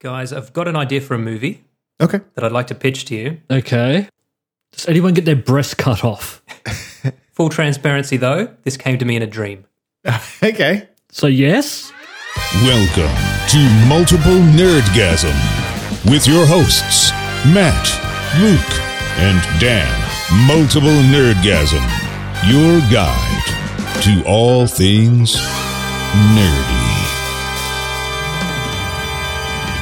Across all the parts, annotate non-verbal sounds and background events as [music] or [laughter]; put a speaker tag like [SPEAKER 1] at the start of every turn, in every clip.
[SPEAKER 1] Guys, I've got an idea for a movie
[SPEAKER 2] Okay.
[SPEAKER 1] that I'd like to pitch to you.
[SPEAKER 3] Okay. Does anyone get their breast cut off?
[SPEAKER 1] Full transparency, though, this came to me in a dream.
[SPEAKER 2] Okay.
[SPEAKER 3] So yes.
[SPEAKER 4] Welcome to Multiple Nerdgasm with your hosts, Matt, Luke, and Dan. Multiple Nerdgasm, your guide to all things nerdy.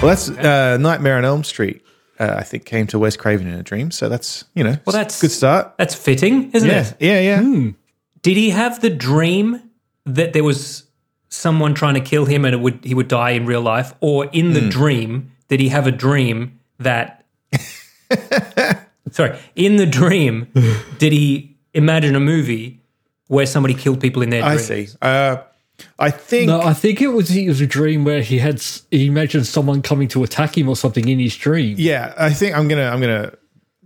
[SPEAKER 2] Well, that's uh, Nightmare on Elm Street. Uh, I think came to Wes Craven in a dream, so that's you know,
[SPEAKER 1] Well, that's
[SPEAKER 2] good start.
[SPEAKER 1] That's fitting, isn't
[SPEAKER 2] Yeah,
[SPEAKER 1] it?
[SPEAKER 2] yeah, yeah.
[SPEAKER 1] Did he have the dream that there was someone trying to kill him and it would he would die in real life, or in the
[SPEAKER 2] Hmm.
[SPEAKER 1] dream did he have a dream that? [laughs] sorry, in the
[SPEAKER 2] [laughs]
[SPEAKER 1] dream did he imagine a movie where somebody killed people in their
[SPEAKER 2] I
[SPEAKER 1] dreams?
[SPEAKER 2] see. Uh, I think
[SPEAKER 3] No, I think it was it was a dream where he had s- he imagined someone coming to attack him or something in his dream.
[SPEAKER 2] Yeah, I think I'm gonna I'm gonna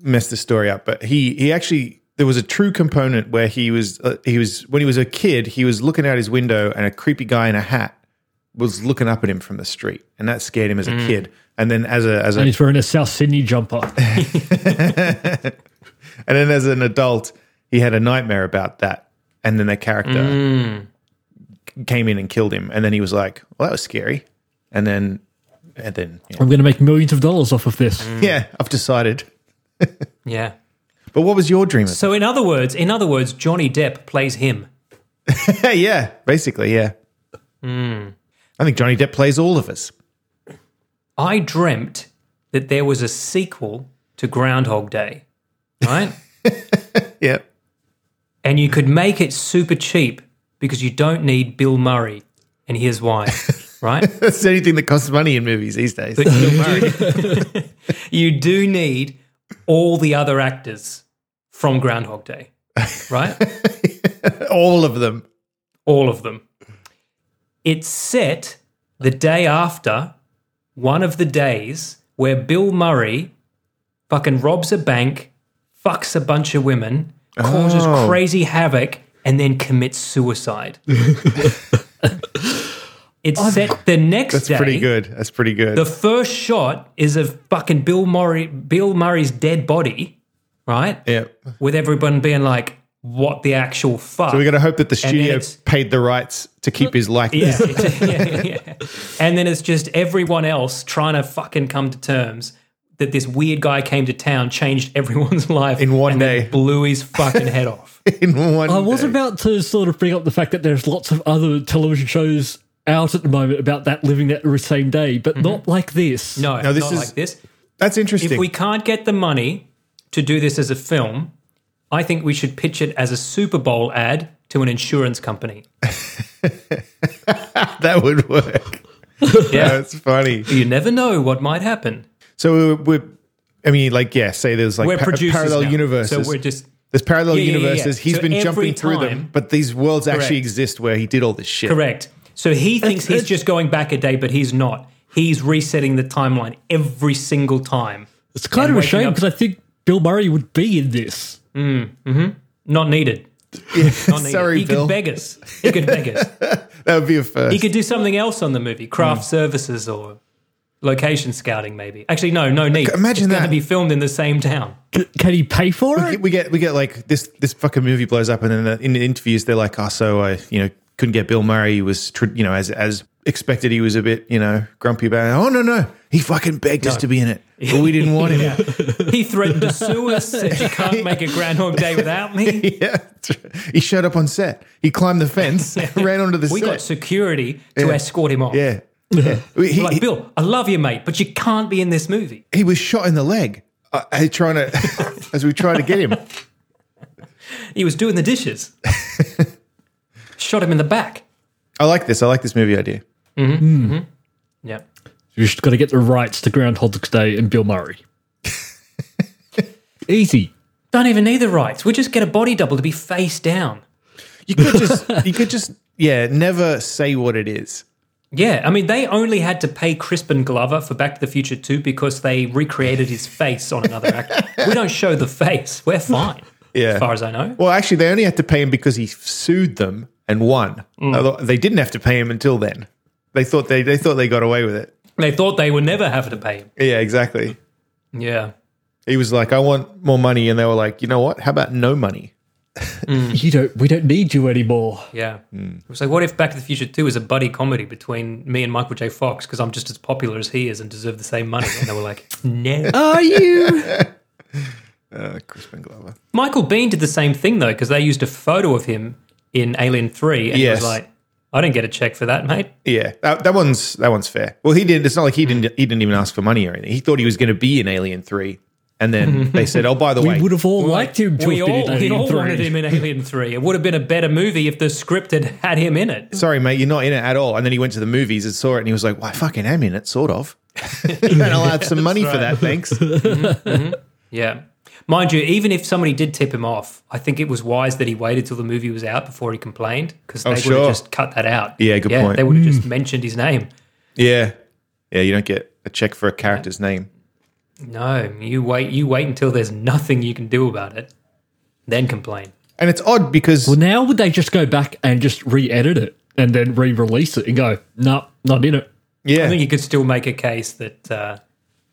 [SPEAKER 2] mess this story up. But he he actually there was a true component where he was uh, he was when he was a kid he was looking out his window and a creepy guy in a hat was looking up at him from the street and that scared him as a kid. And then as a as a
[SPEAKER 3] And he's wearing a South Sydney jumper.
[SPEAKER 2] and then as an adult he had a nightmare about that. And then that character
[SPEAKER 1] Mm.
[SPEAKER 2] c- came in and killed him. And then he was like, "Well, that was scary." And then and then you know,
[SPEAKER 3] I'm going to make millions of dollars off of this.
[SPEAKER 1] Mm.
[SPEAKER 2] yeah, I've decided.
[SPEAKER 1] Yeah.
[SPEAKER 2] But what was your dream?
[SPEAKER 1] So in other words, in other words, Johnny Depp plays him.
[SPEAKER 2] yeah, basically, yeah.
[SPEAKER 1] Mm.
[SPEAKER 2] I think Johnny Depp plays all of us.
[SPEAKER 1] I dreamt that there was a sequel to Groundhog Day, right?
[SPEAKER 2] Yeah.
[SPEAKER 1] and you could make it super cheap because you don't need Bill Murray. And here's why, right?
[SPEAKER 2] That's the only thing that costs money in movies these days.
[SPEAKER 1] [laughs] you do need all the other actors from Groundhog Day, right?
[SPEAKER 2] [laughs] all of them.
[SPEAKER 1] all of them. It's set the day after one of the days where Bill Murray fucking robs a bank, fucks a bunch of women, causes
[SPEAKER 2] Oh.
[SPEAKER 1] crazy havoc, and then commits
[SPEAKER 2] [laughs]
[SPEAKER 1] suicide. it's set the next
[SPEAKER 2] That's
[SPEAKER 1] day.
[SPEAKER 2] pretty good. That's pretty good.
[SPEAKER 1] The first shot is of fucking Bill Murray, Bill Murray's dead body, right?
[SPEAKER 2] yeah.
[SPEAKER 1] With everyone being like, "What the actual fuck?"
[SPEAKER 2] So we got to hope that the
[SPEAKER 1] then
[SPEAKER 2] studio
[SPEAKER 1] it's-
[SPEAKER 2] paid the rights to keep his
[SPEAKER 1] Yeah,
[SPEAKER 2] likeness.
[SPEAKER 1] it's- yeah, yeah. And then it's just everyone else trying to fucking come to terms that this weird guy came to town, changed [laughs] everyone's life
[SPEAKER 2] In one
[SPEAKER 1] and then
[SPEAKER 2] day.
[SPEAKER 1] blew his fucking head
[SPEAKER 2] [laughs]
[SPEAKER 1] off.
[SPEAKER 2] [laughs] in one.
[SPEAKER 3] I was
[SPEAKER 2] day.
[SPEAKER 3] about to sort of bring up the fact that there's lots of other television shows out at the moment about that living that same day, but not like this.
[SPEAKER 1] Mm-hmm. No,
[SPEAKER 2] No, this
[SPEAKER 1] not
[SPEAKER 2] is-
[SPEAKER 1] like this.
[SPEAKER 2] That's interesting.
[SPEAKER 1] If we can't get the money to do this as a film, I think we should pitch it as a Super Bowl ad to an insurance company.
[SPEAKER 2] that would work.
[SPEAKER 1] [laughs] Yeah.
[SPEAKER 2] That's funny.
[SPEAKER 1] you never know what might happen.
[SPEAKER 2] So we're, we're I mean, like, yeah, say there's like
[SPEAKER 1] We're
[SPEAKER 2] pa-
[SPEAKER 1] producers
[SPEAKER 2] parallel
[SPEAKER 1] now,
[SPEAKER 2] universes.
[SPEAKER 1] so we're just-
[SPEAKER 2] There's parallel
[SPEAKER 1] Yeah, yeah, yeah, yeah.
[SPEAKER 2] universes. He's
[SPEAKER 1] So
[SPEAKER 2] been
[SPEAKER 1] every
[SPEAKER 2] jumping through
[SPEAKER 1] time-
[SPEAKER 2] them, but these worlds actually
[SPEAKER 1] Correct.
[SPEAKER 2] exist where he did all this shit.
[SPEAKER 1] Correct. So he thinks he's
[SPEAKER 3] it's-
[SPEAKER 1] just going back a day, but he's not. He's resetting the timeline every single time.
[SPEAKER 3] It's kind
[SPEAKER 1] And
[SPEAKER 3] of a
[SPEAKER 1] waking
[SPEAKER 3] shame
[SPEAKER 1] up-
[SPEAKER 3] because I think Bill Murray would be in this.
[SPEAKER 1] Not needed. Not needed.
[SPEAKER 2] Sorry,
[SPEAKER 1] he
[SPEAKER 2] Bill.
[SPEAKER 1] could beg us. He could beg us.
[SPEAKER 2] That would be a first.
[SPEAKER 1] He could do something else on the movie, craft
[SPEAKER 2] Hmm.
[SPEAKER 1] services or location scouting, maybe. Actually, no, no need.
[SPEAKER 2] Imagine
[SPEAKER 1] it's
[SPEAKER 2] that.
[SPEAKER 1] going to be filmed in the same town.
[SPEAKER 3] C- can he pay for
[SPEAKER 2] we
[SPEAKER 3] it?
[SPEAKER 2] get- we get we get like this this fucking movie blows up, and then the, in the interviews they're like, "Oh, so I you know couldn't get Bill Murray. He was tr- you know as as expected, he was a bit you know grumpy about it. Oh no no, he fucking begged us to be in it, but we didn't
[SPEAKER 1] [laughs]
[SPEAKER 2] want him. [laughs] yeah.
[SPEAKER 1] He threatened to sue
[SPEAKER 2] [laughs]
[SPEAKER 1] us. Said you can't make a Groundhog Day without me.
[SPEAKER 2] he showed up on set. He climbed the
[SPEAKER 1] [laughs]
[SPEAKER 2] fence, [laughs] ran onto the
[SPEAKER 1] We
[SPEAKER 2] set.
[SPEAKER 1] got security to escort him off.
[SPEAKER 2] yeah, [laughs] yeah.
[SPEAKER 1] We're
[SPEAKER 2] We- he, he-
[SPEAKER 1] Like Bill, I love you, mate, but you can't be in this movie.
[SPEAKER 2] he was shot in the leg. Uh, uh, trying to, [laughs] as we try to get him,
[SPEAKER 1] He was doing the
[SPEAKER 2] [laughs]
[SPEAKER 1] dishes. Shot him in the back.
[SPEAKER 2] I like this. I like this movie idea.
[SPEAKER 1] Yeah.
[SPEAKER 3] You've just got to get the rights to Groundhog Day and
[SPEAKER 1] [laughs]
[SPEAKER 3] Bill Murray. Easy.
[SPEAKER 1] Don't even need the rights. We just get a body double to be face down.
[SPEAKER 2] You could just, [laughs] you could just, yeah, never say what it is.
[SPEAKER 1] Yeah, I mean, they only had to pay Crispin Glover for Back to the Future 2 because they recreated his face on another actor. we don't show the face. We're fine,
[SPEAKER 2] [laughs] Yeah,
[SPEAKER 1] as far as I know.
[SPEAKER 2] Well, actually, they only had to pay him because he sued Mm. them and won. Although They didn't have to pay him until then. They thought they they thought they got away with it.
[SPEAKER 1] They thought they would never have to pay him.
[SPEAKER 2] Yeah, exactly.
[SPEAKER 1] Yeah.
[SPEAKER 2] He was like, I want more money. And they were like, you know what? How about no money?
[SPEAKER 3] You don't. We don't need you anymore.
[SPEAKER 1] Yeah.
[SPEAKER 2] Hmm.
[SPEAKER 1] It was like, what if Back to the Future 2 is a buddy comedy between me and Michael J. Fox because I'm just as popular as he is and deserve the same money? And they were like, [laughs] no.
[SPEAKER 2] Oh.
[SPEAKER 3] Are you?
[SPEAKER 2] Uh, Crispin Glover.
[SPEAKER 1] Michael Bean did the same thing, though, because they used a photo of him in Alien 3 and
[SPEAKER 2] Yes.
[SPEAKER 1] he was like, I didn't get a check for that, mate.
[SPEAKER 2] Yeah, that, that one's that one's fair. Well, he did. It's not like he didn't he didn't even ask for money or anything. He thought he was going to be in Alien Three, and
[SPEAKER 3] [laughs]
[SPEAKER 2] then they said, "Oh, by the way,
[SPEAKER 3] [laughs] we would have all liked him to
[SPEAKER 1] we all,
[SPEAKER 3] have been in
[SPEAKER 1] we
[SPEAKER 3] Alien
[SPEAKER 1] all
[SPEAKER 3] 3.
[SPEAKER 1] wanted him in Alien 3. It would have been a better movie if the script had had him in it.
[SPEAKER 2] sorry, mate, you're not in it at all." And then he went to the movies and saw it, and he was like, "Well, I fucking am in it, sort of." [laughs] and I'll have
[SPEAKER 3] [laughs]
[SPEAKER 2] some money for that, thanks.
[SPEAKER 1] Yeah. Mind you, even if somebody did tip him off, I think it was wise that he waited till the movie was out before he complained because they would
[SPEAKER 2] Oh, sure.
[SPEAKER 1] have just cut that out.
[SPEAKER 2] Yeah, good point.
[SPEAKER 1] They would have just mentioned his name.
[SPEAKER 2] yeah, yeah, you don't get a check for a character's name.
[SPEAKER 1] No, you wait. You wait until there's nothing you can do about it, then complain.
[SPEAKER 2] And it's odd because
[SPEAKER 3] Well, now would they just go back and just re-edit it and then re-release it and go, no, not in it.
[SPEAKER 1] I
[SPEAKER 2] yeah,
[SPEAKER 1] think you could still make a case that uh,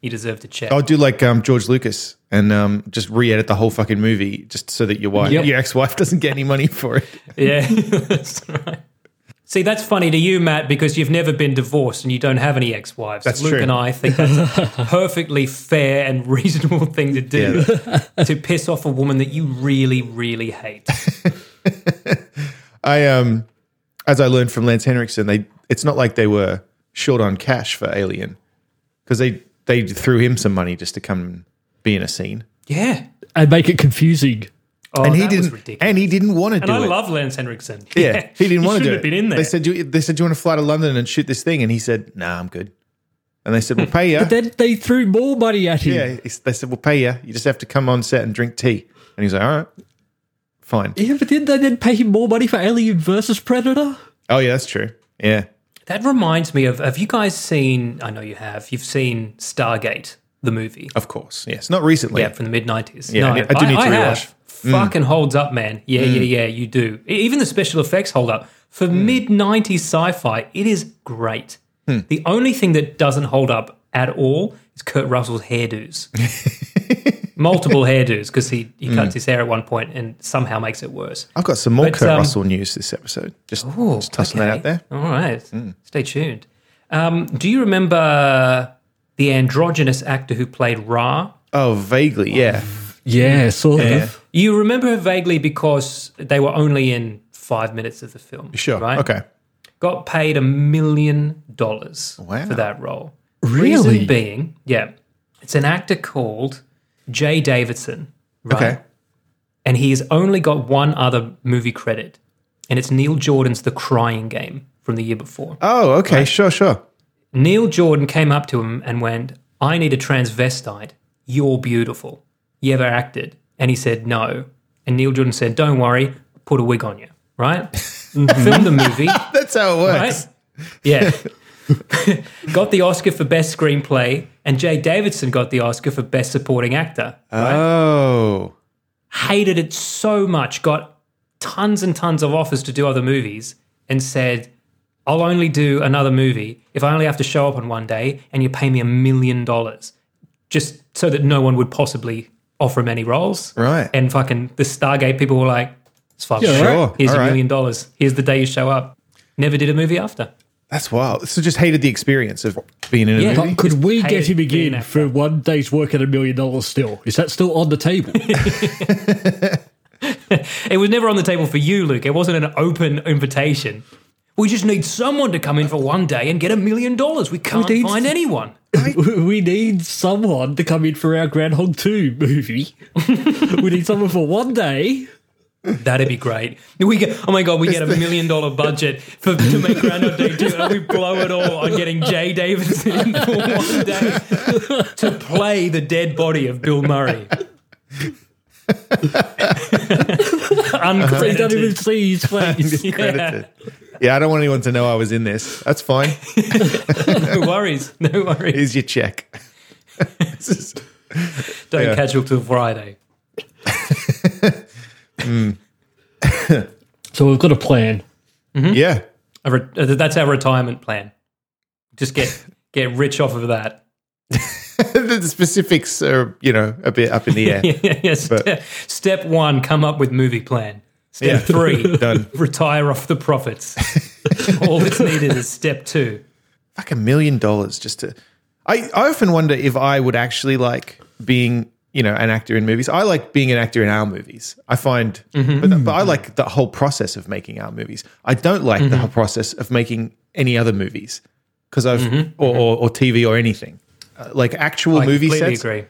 [SPEAKER 1] you deserved a check.
[SPEAKER 2] I'll do like um, George Lucas and um, just re-edit the whole fucking movie just so that your wife,
[SPEAKER 3] Yep.
[SPEAKER 2] your ex-wife, [laughs] doesn't get any money for
[SPEAKER 3] [laughs]
[SPEAKER 2] it.
[SPEAKER 1] Yeah, [laughs] that's right. See, that's funny to you, Matt, because you've never been divorced and you don't have any ex-wives.
[SPEAKER 2] That's
[SPEAKER 1] Luke
[SPEAKER 2] true.
[SPEAKER 1] and I think that's
[SPEAKER 2] [laughs]
[SPEAKER 1] a perfectly fair and reasonable thing to do to piss off a woman that you really, really hate.
[SPEAKER 2] I um, as I learned from Lance Henriksen, they it's not like they were short on cash for Alien because they they threw him some money just to come and be in a scene,
[SPEAKER 1] Yeah,
[SPEAKER 3] And make it confusing.
[SPEAKER 1] oh,
[SPEAKER 2] and he
[SPEAKER 1] that
[SPEAKER 2] didn't,
[SPEAKER 1] Was ridiculous.
[SPEAKER 2] and he didn't want to
[SPEAKER 1] And
[SPEAKER 2] do
[SPEAKER 1] I
[SPEAKER 2] it.
[SPEAKER 1] love Lance Henriksen.
[SPEAKER 2] yeah, he didn't want
[SPEAKER 1] shouldn't
[SPEAKER 2] to do it.
[SPEAKER 1] have Been in there.
[SPEAKER 2] They said, do you, they said, do you want to fly to London and shoot this thing? And he said, Nah, I'm good. And they said, We'll pay you.
[SPEAKER 3] Then they threw more money at him.
[SPEAKER 2] yeah, he- they said, We'll pay you. You just have to come on set and drink tea. And he's like, All right, fine.
[SPEAKER 3] Yeah, but didn't they then pay him more money for Alien versus Predator?
[SPEAKER 2] Oh yeah, that's true. Yeah,
[SPEAKER 1] that reminds me of. Have you guys seen? I know you have. You've seen Stargate, the movie.
[SPEAKER 2] of course. Yes, not recently.
[SPEAKER 1] Yeah, from the mid nineties.
[SPEAKER 2] Yeah, I
[SPEAKER 1] no,
[SPEAKER 2] need- I do need to
[SPEAKER 1] have.
[SPEAKER 2] rewatch. Mm.
[SPEAKER 1] Fucking holds up, man. Yeah, yeah, yeah. You do. E- Even the special effects hold up for
[SPEAKER 2] Mm.
[SPEAKER 1] mid nineties sci-fi. It is great.
[SPEAKER 2] Hmm.
[SPEAKER 1] The only thing that doesn't hold up at all is Kurt Russell's
[SPEAKER 2] [laughs]
[SPEAKER 1] hairdos. Multiple hairdos because he, he cuts
[SPEAKER 2] Mm.
[SPEAKER 1] his hair at one point and somehow makes it worse.
[SPEAKER 2] I've got some more
[SPEAKER 1] But,
[SPEAKER 2] Kurt
[SPEAKER 1] um,
[SPEAKER 2] Russell news this episode. Just, just tossing that
[SPEAKER 1] okay.
[SPEAKER 2] out there. Hmm.
[SPEAKER 1] All right. Stay tuned. Um, do you remember the androgynous actor who played Ra
[SPEAKER 2] Oh, vaguely, yeah.
[SPEAKER 1] Oh,
[SPEAKER 3] Yeah, sort of.
[SPEAKER 1] You remember her vaguely because they were only in five minutes of the film.
[SPEAKER 2] Sure.
[SPEAKER 1] Right?
[SPEAKER 2] Okay.
[SPEAKER 1] Got paid a million dollars
[SPEAKER 2] Wow.
[SPEAKER 1] for that role.
[SPEAKER 3] Really?
[SPEAKER 1] Reason being, yeah, it's an actor called Jay Davidson. Right?
[SPEAKER 2] Okay.
[SPEAKER 1] And he's only got one other movie credit, and it's Neil Jordan's The Crying Game from the year before.
[SPEAKER 2] Oh, okay. Sure, sure.
[SPEAKER 1] Neil Jordan came up to him and went, I need a transvestite. You're beautiful. You ever acted? And he said, No. And Neil Jordan said, Don't worry, put a wig on you, right? Film the movie,
[SPEAKER 2] That's how it works.
[SPEAKER 1] right? Yeah. [laughs] got the Oscar for Best Screenplay, and Jay Davidson got the Oscar for Best Supporting Actor.
[SPEAKER 2] Oh,
[SPEAKER 1] Hated it so much, got tons and tons of offers to do other movies, and said, I'll only do another movie if I only have to show up on one day and you pay me a million dollars just so that no one would possibly offer him any roles.
[SPEAKER 2] Right.
[SPEAKER 1] And fucking the Stargate people were like, it's fucking
[SPEAKER 3] Yeah,
[SPEAKER 1] sure.
[SPEAKER 2] right.
[SPEAKER 1] Here's
[SPEAKER 2] All
[SPEAKER 1] a
[SPEAKER 2] right.
[SPEAKER 1] million dollars. Here's the day you show up. Never did a movie after.
[SPEAKER 2] that's wild. So just hated the experience of being in a
[SPEAKER 1] [laughs] Yeah.
[SPEAKER 2] movie.
[SPEAKER 3] But could we
[SPEAKER 1] Just
[SPEAKER 3] get him
[SPEAKER 1] hated being
[SPEAKER 3] again
[SPEAKER 1] that
[SPEAKER 3] for one day's work at a million dollars still? Is that still on the table?
[SPEAKER 1] It was never on the table for you, Luke. It wasn't an open invitation. We just need someone to come in for one day and get a million dollars. We can't
[SPEAKER 3] need-
[SPEAKER 1] find anyone.
[SPEAKER 3] [laughs] we need someone to come in for our Groundhog 2 [laughs] movie. we need someone for one day.
[SPEAKER 1] That'd be great. We get, oh my god, we get a million dollar budget for to make Groundhog Day two, and we blow it all on getting Jay Davidson in for one day to play the dead body of Bill Murray.
[SPEAKER 3] So you don't even
[SPEAKER 1] Uncredited.
[SPEAKER 3] see [laughs] his face.
[SPEAKER 1] Yeah,
[SPEAKER 2] Credited. Yeah, I don't want anyone to know I was in this.
[SPEAKER 1] [laughs]
[SPEAKER 2] That's fine.
[SPEAKER 1] no worries, no worries.
[SPEAKER 2] Here's your check. This is-
[SPEAKER 1] Don't
[SPEAKER 2] yeah.
[SPEAKER 1] catch up till Friday.
[SPEAKER 3] so we've got a plan.
[SPEAKER 2] Yeah.
[SPEAKER 1] Hmm?
[SPEAKER 2] [laughs]
[SPEAKER 1] A re- uh, that's our retirement plan. Just get get rich off of that.
[SPEAKER 2] the specifics are, you know, a bit up
[SPEAKER 1] [laughs]
[SPEAKER 2] in the air.
[SPEAKER 1] yes.
[SPEAKER 2] But-
[SPEAKER 1] step one, come up with movie plan. Step
[SPEAKER 2] Yeah.
[SPEAKER 1] three,
[SPEAKER 2] [laughs] Done.
[SPEAKER 1] [laughs] retire off the
[SPEAKER 2] [laughs]
[SPEAKER 1] profits. All that's needed is step two.
[SPEAKER 2] Like a million dollars just to. I, I often wonder if I would actually like being, you know, an actor in movies. I like being an actor in our movies. I find,
[SPEAKER 1] Mm-hmm.
[SPEAKER 2] but, but I like the whole process of making our movies. I don't like
[SPEAKER 1] Mm-hmm.
[SPEAKER 2] the whole process of making any other movies because I've, or, or, or TV or anything. Uh, like actual
[SPEAKER 1] Mm-hmm. I
[SPEAKER 2] movie
[SPEAKER 1] completely
[SPEAKER 2] sets,
[SPEAKER 1] agree.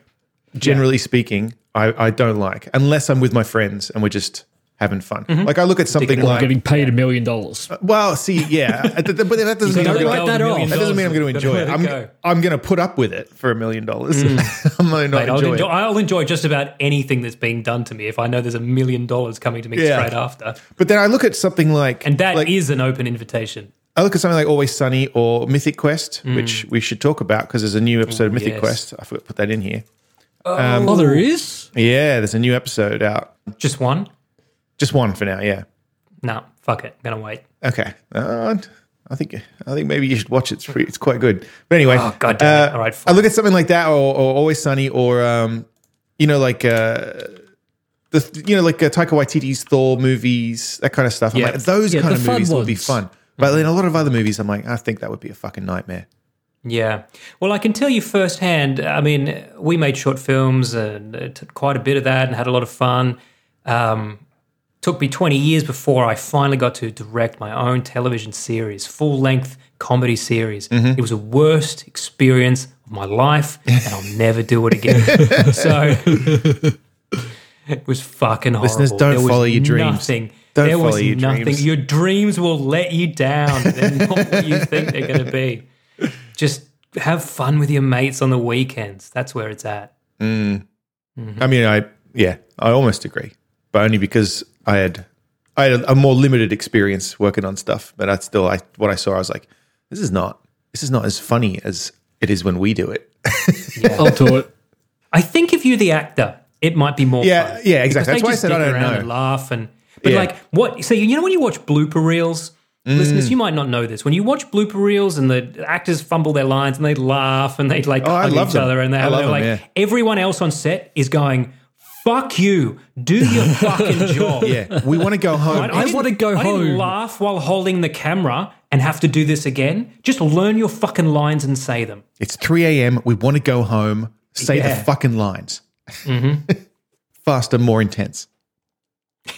[SPEAKER 2] generally speaking, I, I don't like unless I'm with my friends and we're just having fun.
[SPEAKER 1] Mm-hmm.
[SPEAKER 2] Like I look at something
[SPEAKER 3] Or
[SPEAKER 2] like,
[SPEAKER 3] getting paid a million dollars.
[SPEAKER 2] well, see,
[SPEAKER 1] [laughs]
[SPEAKER 2] yeah, I- th- th- but that doesn't mean
[SPEAKER 1] gotta
[SPEAKER 2] I'm
[SPEAKER 1] let
[SPEAKER 2] gonna-
[SPEAKER 1] go of
[SPEAKER 3] that
[SPEAKER 1] the
[SPEAKER 3] off.
[SPEAKER 1] million
[SPEAKER 2] that doesn't mean I'm
[SPEAKER 1] dollars.
[SPEAKER 2] going to
[SPEAKER 1] Gotta
[SPEAKER 2] enjoy
[SPEAKER 1] let
[SPEAKER 2] it.
[SPEAKER 1] it
[SPEAKER 2] I'm
[SPEAKER 1] go. Mm.
[SPEAKER 2] I'm going to put up with it for a million dollars. [laughs] I'm going to not
[SPEAKER 1] I'll,
[SPEAKER 2] enjoy
[SPEAKER 1] enjoy,
[SPEAKER 2] it.
[SPEAKER 1] I'll enjoy just about anything that's being done to me if I know there's a million dollars coming to me
[SPEAKER 2] Yeah.
[SPEAKER 1] straight after.
[SPEAKER 2] But then I look at something like
[SPEAKER 1] And that is
[SPEAKER 2] like,
[SPEAKER 1] an open invitation.
[SPEAKER 2] I look at something like Always Sunny or Mythic Quest, which we should talk about because there's a new episode of Mythic
[SPEAKER 1] Mm. yes.
[SPEAKER 2] Quest. I forgot to put that in here.
[SPEAKER 3] oh, there is?
[SPEAKER 2] Yeah, there's a new episode out.
[SPEAKER 1] Just one?
[SPEAKER 2] Just one for now. Yeah.
[SPEAKER 1] No, fuck it. I'm going to wait.
[SPEAKER 2] Okay. Uh, I think I think maybe you should watch it. It's pretty, it's quite good. But anyway, uh,
[SPEAKER 1] Oh, God damn it. All right,
[SPEAKER 2] I
[SPEAKER 1] fine.
[SPEAKER 2] look at something like that, or, or Always Sunny, or um, you know, like uh, the you know, like uh, Taika Waititi's Thor movies, that kind of stuff. I'm
[SPEAKER 1] Yeah.
[SPEAKER 2] like, those
[SPEAKER 3] Yeah,
[SPEAKER 2] kind
[SPEAKER 3] the
[SPEAKER 2] of
[SPEAKER 3] fun
[SPEAKER 2] movies would be
[SPEAKER 3] ones.
[SPEAKER 2] fun. But then a
[SPEAKER 1] Mm-hmm.
[SPEAKER 2] lot of other movies, I'm like, I think that would be a fucking nightmare.
[SPEAKER 1] Yeah. Well, I can tell you firsthand. I mean, we made short films and uh, took quite a bit of that and had a lot of fun. Um, took me 20 years before I finally got to direct my own television series, full length comedy series.
[SPEAKER 2] Mm-hmm.
[SPEAKER 1] It was the worst experience of my
[SPEAKER 2] [laughs]
[SPEAKER 1] life, and I'll never do it again. so. [laughs] It was fucking horrible.
[SPEAKER 2] Listeners, don't
[SPEAKER 1] There was
[SPEAKER 2] follow your dreams.
[SPEAKER 1] Nothing.
[SPEAKER 2] Don't
[SPEAKER 1] there was
[SPEAKER 2] follow your
[SPEAKER 1] nothing.
[SPEAKER 2] dreams.
[SPEAKER 1] Your dreams will let you down. They're not what you think they're going to
[SPEAKER 2] [laughs]
[SPEAKER 1] be just have fun with your mates on the weekends. That's where it's at.
[SPEAKER 2] I mean, I yeah, I almost agree, but only because I had I had a more limited experience working on stuff. But I still, I what I saw, I was like, this is not this is not as funny as it is when we do it.
[SPEAKER 3] I'll do it.
[SPEAKER 1] I think if you're the actor, it might be more
[SPEAKER 2] Yeah,
[SPEAKER 1] fun.
[SPEAKER 2] yeah, exactly.
[SPEAKER 1] Because
[SPEAKER 2] That's
[SPEAKER 1] they
[SPEAKER 2] why I
[SPEAKER 1] just
[SPEAKER 2] said I
[SPEAKER 1] dick
[SPEAKER 2] don't
[SPEAKER 1] around
[SPEAKER 2] know.
[SPEAKER 1] And laugh and but
[SPEAKER 2] Yeah. Mm.
[SPEAKER 1] like what? So you know when you watch blooper reels, listeners, you might not know this. When you watch blooper reels and the actors fumble their lines and they laugh and they like
[SPEAKER 2] Oh, I
[SPEAKER 1] hug
[SPEAKER 2] love
[SPEAKER 1] each
[SPEAKER 2] them.
[SPEAKER 1] other and they
[SPEAKER 2] I love
[SPEAKER 1] are
[SPEAKER 2] them,
[SPEAKER 1] like
[SPEAKER 2] yeah.
[SPEAKER 1] everyone else on set is going, "Fuck you, do
[SPEAKER 2] [laughs]
[SPEAKER 1] your fucking job."
[SPEAKER 2] Yeah, [laughs] we want to go home.
[SPEAKER 1] I,
[SPEAKER 3] wanna
[SPEAKER 1] didn't-
[SPEAKER 3] go
[SPEAKER 1] I
[SPEAKER 3] home.
[SPEAKER 1] didn't laugh while holding the camera and have to do this again. Just learn your fucking lines and say them.
[SPEAKER 2] It's 3 a.m. We want to go home. Say
[SPEAKER 1] Yeah. Mm-hmm.
[SPEAKER 2] the fucking lines. [laughs] Faster, more intense. [laughs]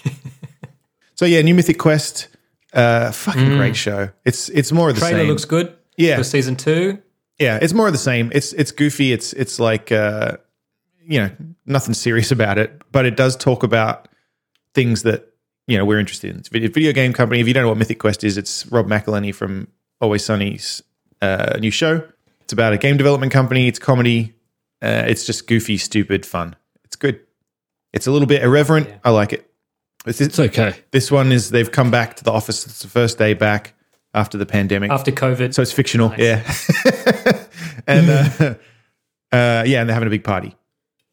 [SPEAKER 2] so yeah, New Mythic Quest, uh, fucking great show. It's it's more of the
[SPEAKER 1] Mm. Trailer
[SPEAKER 2] same.
[SPEAKER 1] looks good.
[SPEAKER 2] Yeah.
[SPEAKER 1] for season two.
[SPEAKER 2] yeah, it's more of the same. It's it's goofy. It's it's like uh, you know nothing serious about it, but it does talk about things that you know we're interested in. It's a video, video game company. If you don't know what Mythic Quest is, it's Rob McElhenney from Always Sunny's uh, new show. It's about a game development company. It's comedy. Uh, it's just goofy, stupid fun. It's good. It's a little bit irreverent. I like it. This,
[SPEAKER 3] It's okay.
[SPEAKER 2] this one is they've come back to the office. It's the first day back after the pandemic.
[SPEAKER 1] after COVID.
[SPEAKER 2] So it's fictional, yeah. [laughs] and uh, uh, yeah, and they're having a big party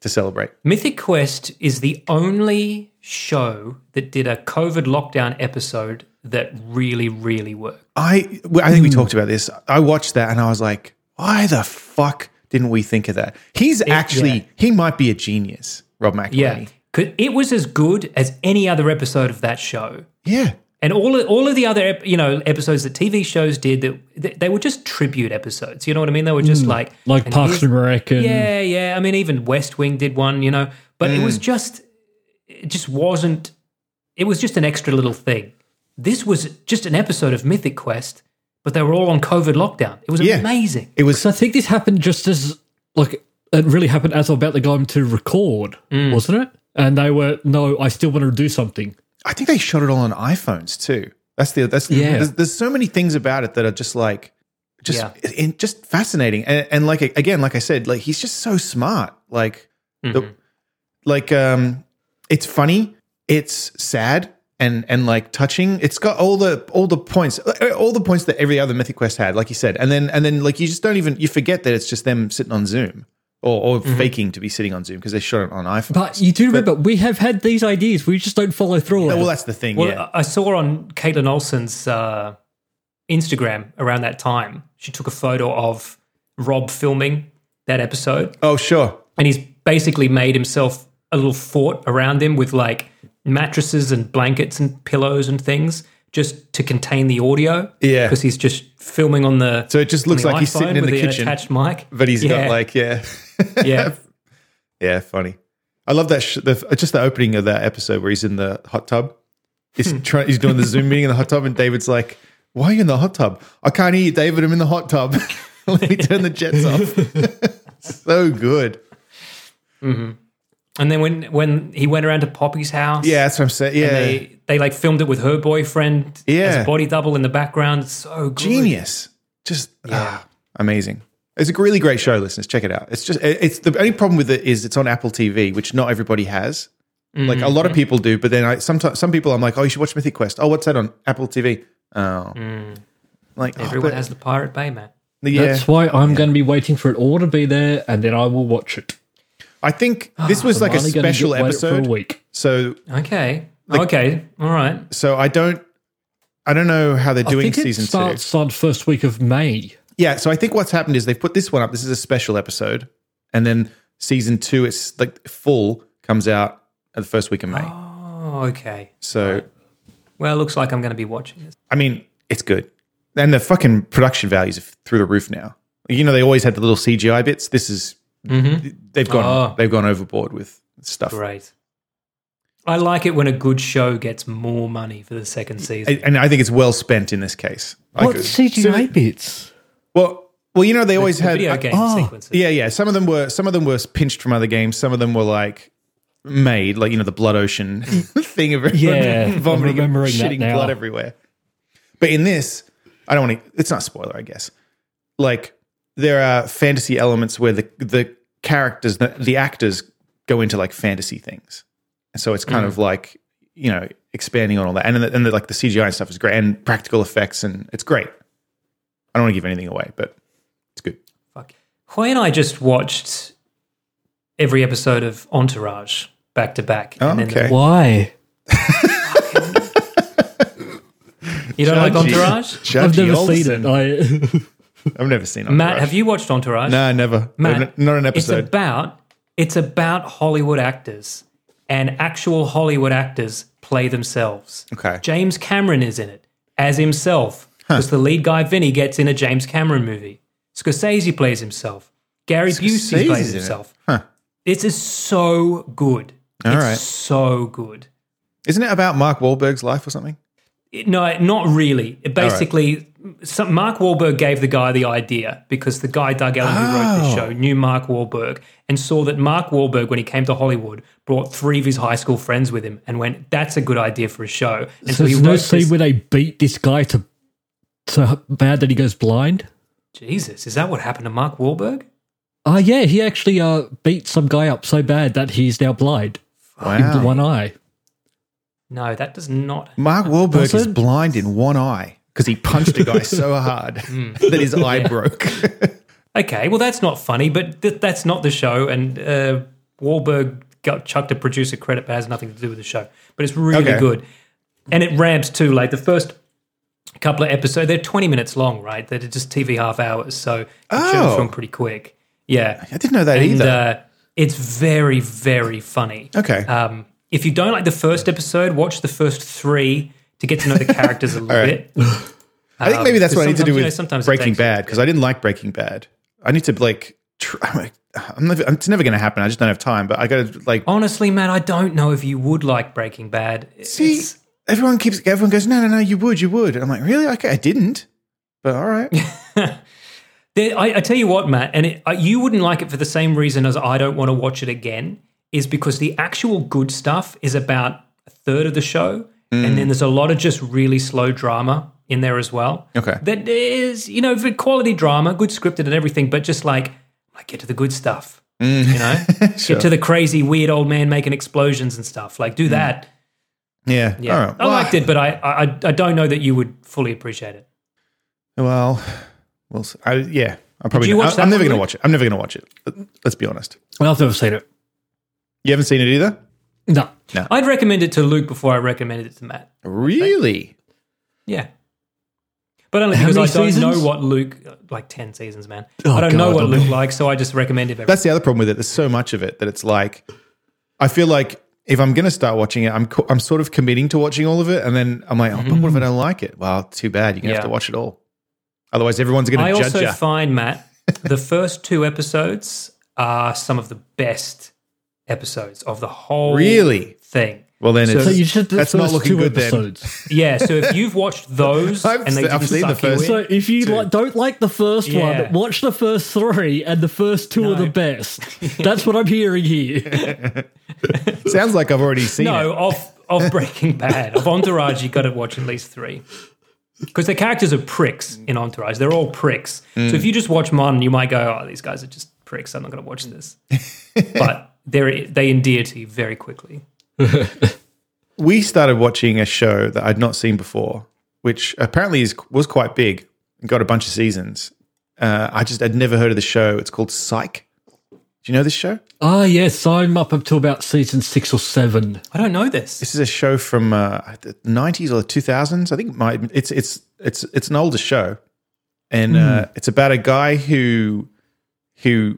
[SPEAKER 2] to celebrate.
[SPEAKER 1] Mythic Quest is the only show that did a COVID lockdown episode that really, really worked.
[SPEAKER 2] I well, I think we talked about this. I watched that and I was like, why the fuck didn't we think of that? He's actually
[SPEAKER 1] yeah.
[SPEAKER 2] he might be a genius, Rob McElhenney.
[SPEAKER 1] Yeah, 'Cause it was as good as any other episode of that show.
[SPEAKER 2] yeah.
[SPEAKER 1] And all of, all of the other ep- you know episodes that TV shows did that they, they were just tribute episodes. You know what I mean? They were just like
[SPEAKER 3] Mm. Like Parks
[SPEAKER 1] here's-
[SPEAKER 3] and Rec and
[SPEAKER 1] Yeah, yeah. I mean, even West Wing did one, you know, but it
[SPEAKER 2] Mm.
[SPEAKER 1] was just, it just wasn't, it was just an extra little thing. This was just an episode of Mythic Quest, but they were all on COVID lockdown. It was
[SPEAKER 2] Yeah.
[SPEAKER 1] amazing.
[SPEAKER 2] It was
[SPEAKER 3] So I think this happened just as like it really happened as I'm about to go on to record, wasn't it? And they were no, I still want to do something.
[SPEAKER 2] I think they shot it all on iPhones too. That's the that's
[SPEAKER 3] Yeah.
[SPEAKER 2] there's, there's so many things about it that are just like just
[SPEAKER 1] Yeah.
[SPEAKER 2] in, just fascinating and, and like again like I said like he's just so smart like
[SPEAKER 1] Mm-hmm.
[SPEAKER 2] the, like um it's funny it's sad and and like touching it's got all the all the points uh, all the points that every other mythic quest had like you said and then and then like you just don't even you forget that it's just them sitting on Zoom or, or
[SPEAKER 1] Mm-hmm.
[SPEAKER 2] faking to be sitting on Zoom because they shot it on iPhone.
[SPEAKER 3] But you do remember we have had these ideas, we just don't follow through. on
[SPEAKER 2] well,
[SPEAKER 3] it.
[SPEAKER 2] that's the thing.
[SPEAKER 1] Well, uh,
[SPEAKER 2] yeah.
[SPEAKER 1] I I saw on Caitlin Olsen's uh, Instagram around that time, she took a photo of Rob filming that episode,
[SPEAKER 2] Oh, sure.
[SPEAKER 1] and he's basically made himself a little fort around him with like mattresses and blankets and pillows and things just to contain the audio.
[SPEAKER 2] Yeah.
[SPEAKER 1] because he's just filming on the.
[SPEAKER 2] So it just looks
[SPEAKER 1] on the
[SPEAKER 2] like he's sitting
[SPEAKER 1] iPhone
[SPEAKER 2] in the
[SPEAKER 1] with an
[SPEAKER 2] kitchen,
[SPEAKER 1] attached mic,
[SPEAKER 2] [laughs] but he's
[SPEAKER 1] Yeah,
[SPEAKER 2] got like yeah, [laughs]
[SPEAKER 1] yeah.
[SPEAKER 2] yeah, funny. I love that. Sh- the, just the opening of that episode where he's in the hot tub.
[SPEAKER 1] Hmm.
[SPEAKER 2] He's trying. He's doing the Zoom meeting in the hot tub, and David's like, "Why are you in the hot tub? I can't hear you, David. I'm in the hot tub. [laughs] Let me turn the jets off." [laughs] so good.
[SPEAKER 1] And then when when he went around to Poppy's house,
[SPEAKER 2] Yeah, that's what I'm saying. Yeah,
[SPEAKER 1] they they like filmed it with her boyfriend
[SPEAKER 2] Yeah.
[SPEAKER 1] as body double in the background. It's so good.
[SPEAKER 2] genius. Just ah, amazing. It's a really great show, listeners. Check it out. It's just it- it's the only problem with it is it's on Apple TV, which not everybody has. Like a
[SPEAKER 3] Mm-hmm.
[SPEAKER 2] lot of people do, but then I sometimes some people I'm like, oh, you should watch Mythic Quest. Oh, what's that on Apple TV? Oh, like oh,
[SPEAKER 1] Everyone
[SPEAKER 2] but-
[SPEAKER 1] has the Pirate Bay, man.
[SPEAKER 2] yeah.
[SPEAKER 3] Mm. That's why I'm going to be waiting for it all to be there, and then I will watch it.
[SPEAKER 2] I think this was
[SPEAKER 3] Ah, I'm
[SPEAKER 2] like a
[SPEAKER 3] only gonna get-
[SPEAKER 2] special
[SPEAKER 3] wait it for a
[SPEAKER 2] episode,
[SPEAKER 3] week.
[SPEAKER 2] so
[SPEAKER 1] Okay. okay. All right.
[SPEAKER 2] so I don't I don't know how they're
[SPEAKER 3] I
[SPEAKER 2] doing
[SPEAKER 3] think it
[SPEAKER 2] season two.
[SPEAKER 3] starts on first week of May.
[SPEAKER 2] Yeah, so I think what's happened is they've put this one up. This is a special episode, and then season two, it's like full comes out at the first week of May.
[SPEAKER 1] Oh, okay.
[SPEAKER 2] so
[SPEAKER 1] Well, it looks like I'm going to be watching this.
[SPEAKER 2] I mean, it's good, and the fucking production values are through the roof now. You know, they always had the little CGI bits. This is they've gone
[SPEAKER 1] Oh.
[SPEAKER 2] they've gone overboard with stuff.
[SPEAKER 1] Great. I like it when a good show gets more money for the second season.
[SPEAKER 2] And I think it's well spent in this case. I
[SPEAKER 3] What
[SPEAKER 2] could-
[SPEAKER 3] CGI bits?
[SPEAKER 2] well, well, you know, they always had
[SPEAKER 1] Video game
[SPEAKER 3] oh,
[SPEAKER 1] sequences.
[SPEAKER 2] Yeah, yeah. Some of them were some of them were pinched from other games. Some of them were like made, like you know, the blood ocean [laughs] thing of everyone
[SPEAKER 3] Yeah, I'm
[SPEAKER 2] vomiting, and
[SPEAKER 3] remembering that
[SPEAKER 2] shitting
[SPEAKER 3] now.
[SPEAKER 2] blood everywhere. But in this, I don't want to. It's not a spoiler, I guess. Like there are fantasy elements where the the characters, the, the actors, go into like fantasy things, and so it's
[SPEAKER 3] Mm.
[SPEAKER 2] kind of like you know expanding on all that, and then the, and the, like the CGI and stuff is great, and practical effects, and it's great. I don't want to give anything away, but it's good.
[SPEAKER 1] Fuck. Hoy and I just watched every episode of Entourage back to back.
[SPEAKER 2] Oh,
[SPEAKER 1] and then
[SPEAKER 2] okay.
[SPEAKER 3] Why?
[SPEAKER 1] you don't like
[SPEAKER 2] Judgy.
[SPEAKER 1] Entourage?
[SPEAKER 2] Judgy
[SPEAKER 3] I've never
[SPEAKER 2] Olsen.
[SPEAKER 3] seen it. I,
[SPEAKER 2] I've never seen Entourage.
[SPEAKER 1] Matt, have you watched Entourage?
[SPEAKER 2] No, never.
[SPEAKER 1] Matt,
[SPEAKER 2] not an
[SPEAKER 1] It's
[SPEAKER 2] episode.
[SPEAKER 1] about it's about Hollywood actors, and actual Hollywood actors play themselves.
[SPEAKER 2] Okay.
[SPEAKER 1] James Cameron is in it as himself because the lead guy Vinny gets in a James Cameron movie. Scorsese plays himself. Gary
[SPEAKER 2] Scorsese's
[SPEAKER 1] Busey plays
[SPEAKER 2] in it.
[SPEAKER 1] himself.
[SPEAKER 2] Huh.
[SPEAKER 1] This is so good.
[SPEAKER 2] All
[SPEAKER 1] it's
[SPEAKER 2] right.
[SPEAKER 1] so good.
[SPEAKER 2] Isn't it about Mark Wahlberg's life or something?
[SPEAKER 1] It- No, not really. It basically, some, Mark Wahlberg gave the guy the idea because the guy Doug Ellen who wrote
[SPEAKER 3] Oh.
[SPEAKER 1] this show knew Mark Wahlberg and saw that Mark Wahlberg, when he came to Hollywood, brought three of his high school friends with him and went, "That's a good idea for a show." And
[SPEAKER 3] [laughs] so
[SPEAKER 1] he
[SPEAKER 3] there's no
[SPEAKER 1] wrote
[SPEAKER 3] scene
[SPEAKER 1] this-
[SPEAKER 3] where they beat this guy to so bad that he goes blind.
[SPEAKER 1] Jesus, is that what happened to Mark Wahlberg?
[SPEAKER 3] Ah, yeah, he actually uh, beat some guy up so bad that he's now blind
[SPEAKER 2] Ah.
[SPEAKER 3] in one eye.
[SPEAKER 1] No, that does not.
[SPEAKER 2] Mark Wahlberg
[SPEAKER 3] Also-
[SPEAKER 2] is blind in one eye because he punched a
[SPEAKER 1] [laughs]
[SPEAKER 2] guy so hard
[SPEAKER 1] Hmm.
[SPEAKER 2] that his eye broke.
[SPEAKER 1] Okay, well that's not funny, but th- that's not the show. And uh, Wahlberg got chucked a producer credit, but has nothing to do with the show. But it's really
[SPEAKER 2] Okay.
[SPEAKER 1] good, and it ramps too. Like the first couple of episodes, they're twenty minutes long, right? They're just TV half hours, so you
[SPEAKER 2] Oh.
[SPEAKER 1] churn through 'em pretty quick. Yeah,
[SPEAKER 2] I didn't know that
[SPEAKER 1] and
[SPEAKER 2] either.
[SPEAKER 1] uh, it's very very funny.
[SPEAKER 2] okay.
[SPEAKER 1] Um, if you don't like the first episode, watch the first three to get to know the
[SPEAKER 2] [laughs]
[SPEAKER 1] characters a little bit.
[SPEAKER 2] I think maybe that's
[SPEAKER 1] because
[SPEAKER 2] what I need to
[SPEAKER 1] sometimes, you
[SPEAKER 2] do
[SPEAKER 1] know,
[SPEAKER 2] with
[SPEAKER 1] sometimes it
[SPEAKER 2] Breaking
[SPEAKER 1] takes you-
[SPEAKER 2] Bad because I didn't like Breaking Bad. I need to like. Tr- [laughs] I'm like I'm never, it's never going to happen. I just don't have time. But I got to like
[SPEAKER 1] Honestly, man, I don't know if you would like Breaking Bad.
[SPEAKER 2] see.
[SPEAKER 1] It's-
[SPEAKER 2] Everyone keeps. Everyone goes. No, no, no. You would. You would. And I'm like, really? Okay, I didn't. But all right.
[SPEAKER 1] [laughs] There, I, I tell you what, Matt, and it, uh, you wouldn't like it for the same reason as I don't want to watch it again, is because the actual good stuff is about a third of the show,
[SPEAKER 2] Mm.
[SPEAKER 1] and then there's a lot of just really slow drama in there as well.
[SPEAKER 2] Okay.
[SPEAKER 1] that is, you know, good quality drama, good scripted and everything, but just like, like get to the good stuff,
[SPEAKER 2] Mm.
[SPEAKER 1] you
[SPEAKER 2] [laughs]
[SPEAKER 1] know, get to the crazy weird old man making explosions and stuff. Like, do that.
[SPEAKER 2] Yeah.
[SPEAKER 1] Yeah,
[SPEAKER 2] Mm. All right.
[SPEAKER 1] I liked it, but I, I, I don't know that you would fully appreciate it.
[SPEAKER 2] Well, we'll s I yeah, I'm probably.
[SPEAKER 1] you
[SPEAKER 2] not-
[SPEAKER 1] watch
[SPEAKER 2] I, am
[SPEAKER 1] that
[SPEAKER 2] never
[SPEAKER 1] one,
[SPEAKER 2] going to
[SPEAKER 1] Luke?
[SPEAKER 2] watch it. I'm never going to watch it. Let- Let's be honest.
[SPEAKER 3] Well, I've never seen it.
[SPEAKER 2] You haven't seen it either,
[SPEAKER 3] No.
[SPEAKER 1] I'd recommend it to Luke before I recommended it to Matt.
[SPEAKER 2] really?
[SPEAKER 1] Yeah. But only
[SPEAKER 3] How
[SPEAKER 1] because I
[SPEAKER 3] many
[SPEAKER 1] don't know
[SPEAKER 3] seasons?
[SPEAKER 1] what Luke like ten seasons, man.
[SPEAKER 3] Oh,
[SPEAKER 1] I don't know
[SPEAKER 3] God.
[SPEAKER 1] what Luke likes, so I just recommend it. Every-
[SPEAKER 2] That's the other problem with it. There's so much of it that it's like, I feel like if I'm going to start watching it, I'm co- I'm sort of committing to watching all of it, and then I'm like, oh, but what if I don't like it? Well, too bad. You're gonna
[SPEAKER 1] Mm-hmm. Yeah.
[SPEAKER 2] have to watch it all. Otherwise, everyone's going
[SPEAKER 1] I
[SPEAKER 2] to judge
[SPEAKER 1] also
[SPEAKER 2] you.
[SPEAKER 1] find Matt the first two episodes are some of the best episodes of the whole
[SPEAKER 2] really?
[SPEAKER 1] thing.
[SPEAKER 2] Well, then
[SPEAKER 1] So-
[SPEAKER 2] it's
[SPEAKER 3] So you should
[SPEAKER 2] that's not looking
[SPEAKER 3] two
[SPEAKER 2] good. Then
[SPEAKER 3] episodes.
[SPEAKER 1] Yeah, so if you've watched those
[SPEAKER 2] [laughs] I've
[SPEAKER 1] and they
[SPEAKER 2] se- I've
[SPEAKER 1] didn't
[SPEAKER 2] seen the
[SPEAKER 1] suck you
[SPEAKER 2] first-
[SPEAKER 1] in-
[SPEAKER 3] So if you like, don't like the first
[SPEAKER 1] Yeah.
[SPEAKER 3] one, watch the first three, and the first two are the best. That's what I'm hearing here.
[SPEAKER 2] sounds like I've already seen it.
[SPEAKER 1] No, off off
[SPEAKER 2] [laughs]
[SPEAKER 1] Breaking Bad. Of Entourage, you got to watch at least three. Because the characters are pricks in Entourage. They're all pricks. So
[SPEAKER 2] Mm.
[SPEAKER 1] if you just watch one, you might go, oh, these guys are just pricks. I'm not going to watch
[SPEAKER 2] [laughs]
[SPEAKER 1] this. but they're, they endear to you very quickly.
[SPEAKER 2] we started watching a show that I'd not seen before, which apparently is was quite big and got a bunch of seasons. Uh, I just had never heard of the show. It's called Psych. Do you know this show?
[SPEAKER 3] Ah, yes, I'm up up to about season six or seven.
[SPEAKER 1] I don't know this.
[SPEAKER 2] This is a show from uh, the nineties or the two thousands. I think it might it's it's it's it's an older show, and uh, it's about a guy who who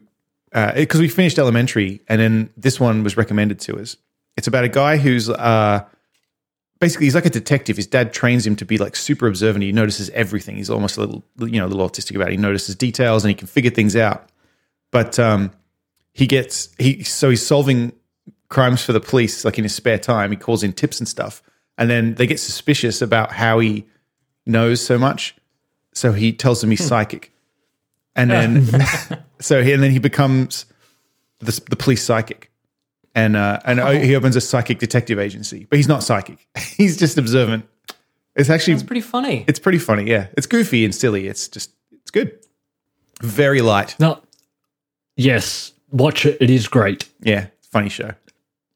[SPEAKER 2] because we finished elementary, and then this one was recommended to us. It's about a guy who's uh, basically he's like a detective. His dad trains him to be like super observant. He notices everything. He's almost a little you know a little autistic about it. He notices details and he can figure things out. But um, he gets he so he's solving crimes for the police like in his spare time he calls in tips and stuff and then they get suspicious about how he knows so much so he tells them he's psychic and then [laughs] so he, and then he becomes the, the police psychic and uh, and o he opens a psychic detective agency but he's not psychic [laughs] he's just observant it's actually
[SPEAKER 1] It's pretty funny.
[SPEAKER 2] it's pretty funny yeah it's goofy and silly it's just it's good very light
[SPEAKER 3] Now, yes, watch it. It is great.
[SPEAKER 2] yeah funny show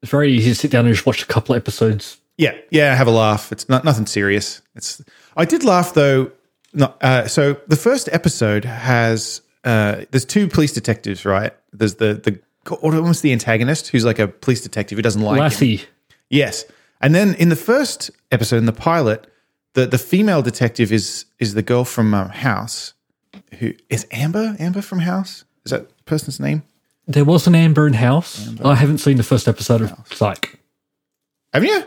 [SPEAKER 3] It's very easy to sit down and just watch a couple of episodes.
[SPEAKER 2] Yeah, yeah, have a laugh. It's not nothing serious. It's I did laugh though. Not, uh, so the first episode has uh, there's two police detectives, right? There's the the almost the antagonist who's like a police detective who doesn't like him.
[SPEAKER 3] Lassie,
[SPEAKER 2] Yes, and then in the first episode in the pilot, the the female detective is is the girl from um, House, who is Amber Amber from House. Is that the person's name?
[SPEAKER 3] there was an Amber in House. I haven't seen the first episode of Psych.
[SPEAKER 2] Haven't you?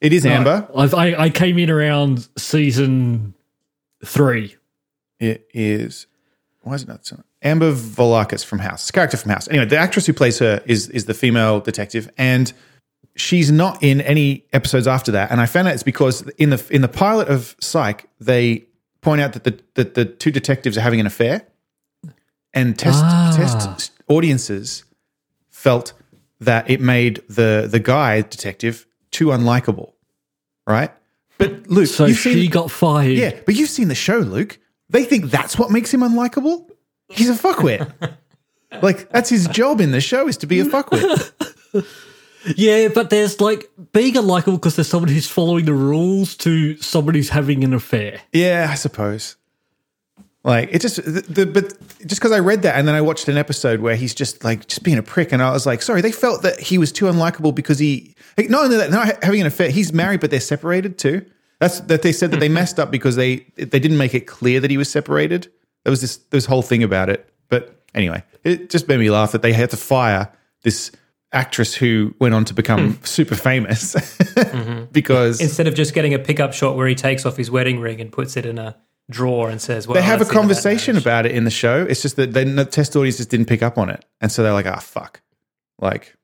[SPEAKER 2] It is Amber.
[SPEAKER 3] I've, I, I came in around season three.
[SPEAKER 2] It is. Why is it not? so- Amber Volakis from House, It's a character from House. Anyway, the actress who plays her is is the female detective, and she's not in any episodes after that. And I found out it's because in the in the pilot of Psych, they point out that the that the two detectives are having an affair, and test
[SPEAKER 3] Ah.
[SPEAKER 2] test audiences felt that it made the the guy detective too unlikable, right? But Luke,
[SPEAKER 3] So
[SPEAKER 2] you've
[SPEAKER 3] she
[SPEAKER 2] seen-
[SPEAKER 3] got fired.
[SPEAKER 2] yeah, but you've seen the show, Luke. They think that's what makes him unlikable. He's a fuckwit. like that's his job in the show is to be a fuckwit.
[SPEAKER 3] Yeah, but there's like being unlikable because there's someone who's following the rules to someone who's having an affair.
[SPEAKER 2] yeah, I suppose. Like it just the, the but just because I read that and then I watched an episode where he's just like just being a prick and I was like, sorry, they felt that he was too unlikable because he like, not only that not ha- having an affair, he's married but they're separated too. That's that they said that they messed up because they they didn't make it clear that he was separated. There was this this whole thing about it. But anyway, it just made me laugh that they had to fire this actress who went on to become super famous [laughs] because
[SPEAKER 1] Instead of just getting a pickup shot where he takes off his wedding ring and puts it in a drawer and says, well,
[SPEAKER 2] they have a
[SPEAKER 1] that's the end of Oh, that
[SPEAKER 2] conversation
[SPEAKER 1] marriage.
[SPEAKER 2] about it in the show. It's just that they, the test audience just didn't pick up on it, and so they're like, "Ah, fuck!" Like,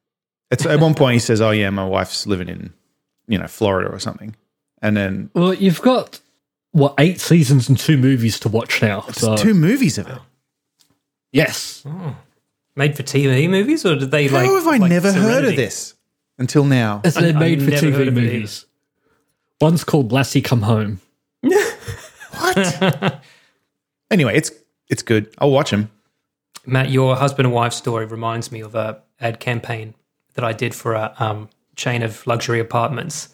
[SPEAKER 2] it's at one point he says, "Oh yeah, my wife's living in, you know, Florida or something," and then
[SPEAKER 3] Well, you've got what eight seasons and two movies to watch now. So
[SPEAKER 2] two movies of it.
[SPEAKER 3] yes,
[SPEAKER 1] Made for TV movies, or did they like.
[SPEAKER 2] How have I
[SPEAKER 1] like
[SPEAKER 2] never heard of
[SPEAKER 1] Serenity?
[SPEAKER 2] this until now?
[SPEAKER 1] [laughs]
[SPEAKER 3] as they're
[SPEAKER 1] I've
[SPEAKER 3] made for
[SPEAKER 1] never heard
[SPEAKER 3] TV
[SPEAKER 1] of it either.
[SPEAKER 3] movies. One's called Lassie Come Home.
[SPEAKER 2] What? anyway, it's it's good. I'll watch them.
[SPEAKER 1] Matt, your husband and wife story reminds me of a ad campaign that I did for a um, chain of luxury apartments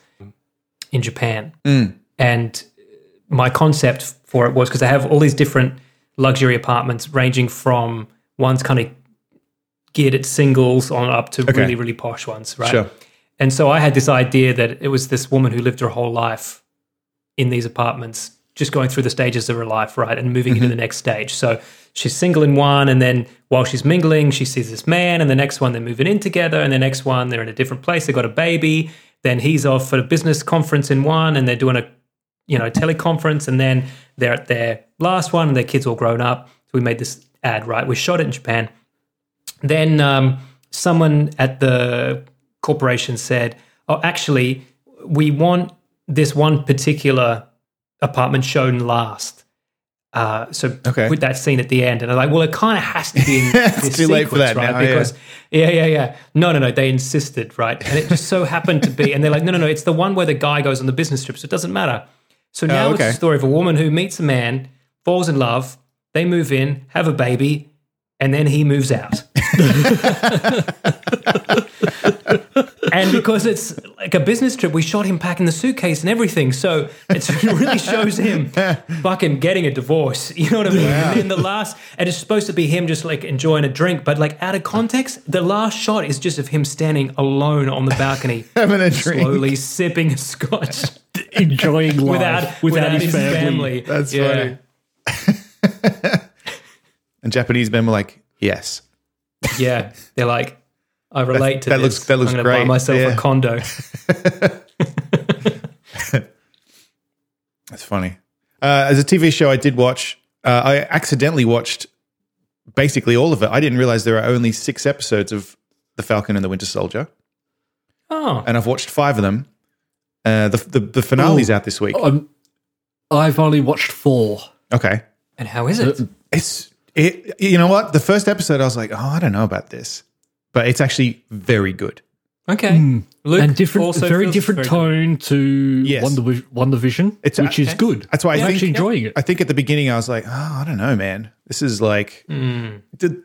[SPEAKER 1] in Japan. And my concept for it was because they have all these different luxury apartments, ranging from ones kind of geared at singles on up to really, really posh ones, right?
[SPEAKER 2] Sure.
[SPEAKER 1] And so I had this idea that it was this woman who lived her whole life in these apartments just going through the stages of her life, right, and moving into the next stage. So she's single in one, and then while she's mingling, she sees this man, and the next one they're moving in together, and the next one they're in a different place, they got a baby, then he's off at a business conference in one, and they're doing a you know teleconference, and then they're at their last one, and their kids all grown up. So we made this ad, right? We shot it in Japan then um, someone at the corporation said, "Oh, actually, we want this one particular apartment shown last." Uh, so
[SPEAKER 2] Okay.
[SPEAKER 1] with that scene at the end, and I'm like, "Well, it kind of has to
[SPEAKER 2] [laughs]
[SPEAKER 1] be in this
[SPEAKER 2] too
[SPEAKER 1] sequence,
[SPEAKER 2] late for that
[SPEAKER 1] right?"
[SPEAKER 2] now, yeah.
[SPEAKER 1] because yeah. yeah, yeah, no, no, no, they insisted, right? And it just so happened to be, and they're like, "No, no, no, it's the one where the guy goes on the business trip, so it doesn't matter." So now it's
[SPEAKER 2] Oh, okay.
[SPEAKER 1] the story of a woman who meets a man, falls in love, they move in, have a baby, and then he moves out. [laughs] and because it's like a business trip, we shot him packing the suitcase and everything. So it's, it really shows
[SPEAKER 2] [laughs]
[SPEAKER 1] him fucking getting a divorce. You know what I mean? And then the last, and it's supposed to be him just like enjoying a drink, but like out of context, the last shot is just of him standing alone on the balcony,
[SPEAKER 2] Having a [laughs]
[SPEAKER 1] [laughs]
[SPEAKER 2] drink.
[SPEAKER 1] slowly sipping a scotch
[SPEAKER 3] enjoying life
[SPEAKER 1] without,
[SPEAKER 3] without,
[SPEAKER 1] without,
[SPEAKER 3] his, family.
[SPEAKER 2] That's funny. and Japanese men were like, yes.
[SPEAKER 1] Yeah, they're like, I relate to
[SPEAKER 2] that
[SPEAKER 1] this.
[SPEAKER 2] looks- that looks
[SPEAKER 1] I'm gonna Buy
[SPEAKER 2] great.
[SPEAKER 1] myself
[SPEAKER 2] Yeah.
[SPEAKER 1] a condo.
[SPEAKER 2] That's funny. Uh, as a TV show, I did watch. Uh, I accidentally watched basically all of it. I didn't realize there are only six episodes of The Falcon and the Winter Soldier,
[SPEAKER 1] [laughs] Oh,
[SPEAKER 2] and I've watched five of them. Uh, the, the the finale's out this week.
[SPEAKER 3] Um, I've only watched four.
[SPEAKER 2] Okay,
[SPEAKER 1] and how is it?
[SPEAKER 2] it's it. You know what? The first episode, I was like, oh, I don't know about this, but it's actually very good.
[SPEAKER 1] Okay, Luke
[SPEAKER 3] and different,
[SPEAKER 1] also
[SPEAKER 3] very
[SPEAKER 1] feels
[SPEAKER 3] different
[SPEAKER 1] good.
[SPEAKER 3] tone to
[SPEAKER 2] Yes.
[SPEAKER 3] Wonder, Wi- Wonder Vision,
[SPEAKER 2] It's-
[SPEAKER 3] which is
[SPEAKER 2] okay.
[SPEAKER 3] good.
[SPEAKER 2] That's why I
[SPEAKER 3] I'm
[SPEAKER 2] think-
[SPEAKER 3] actually enjoying it.
[SPEAKER 2] I think at the beginning, I was like, oh, I don't know, man. This is like did,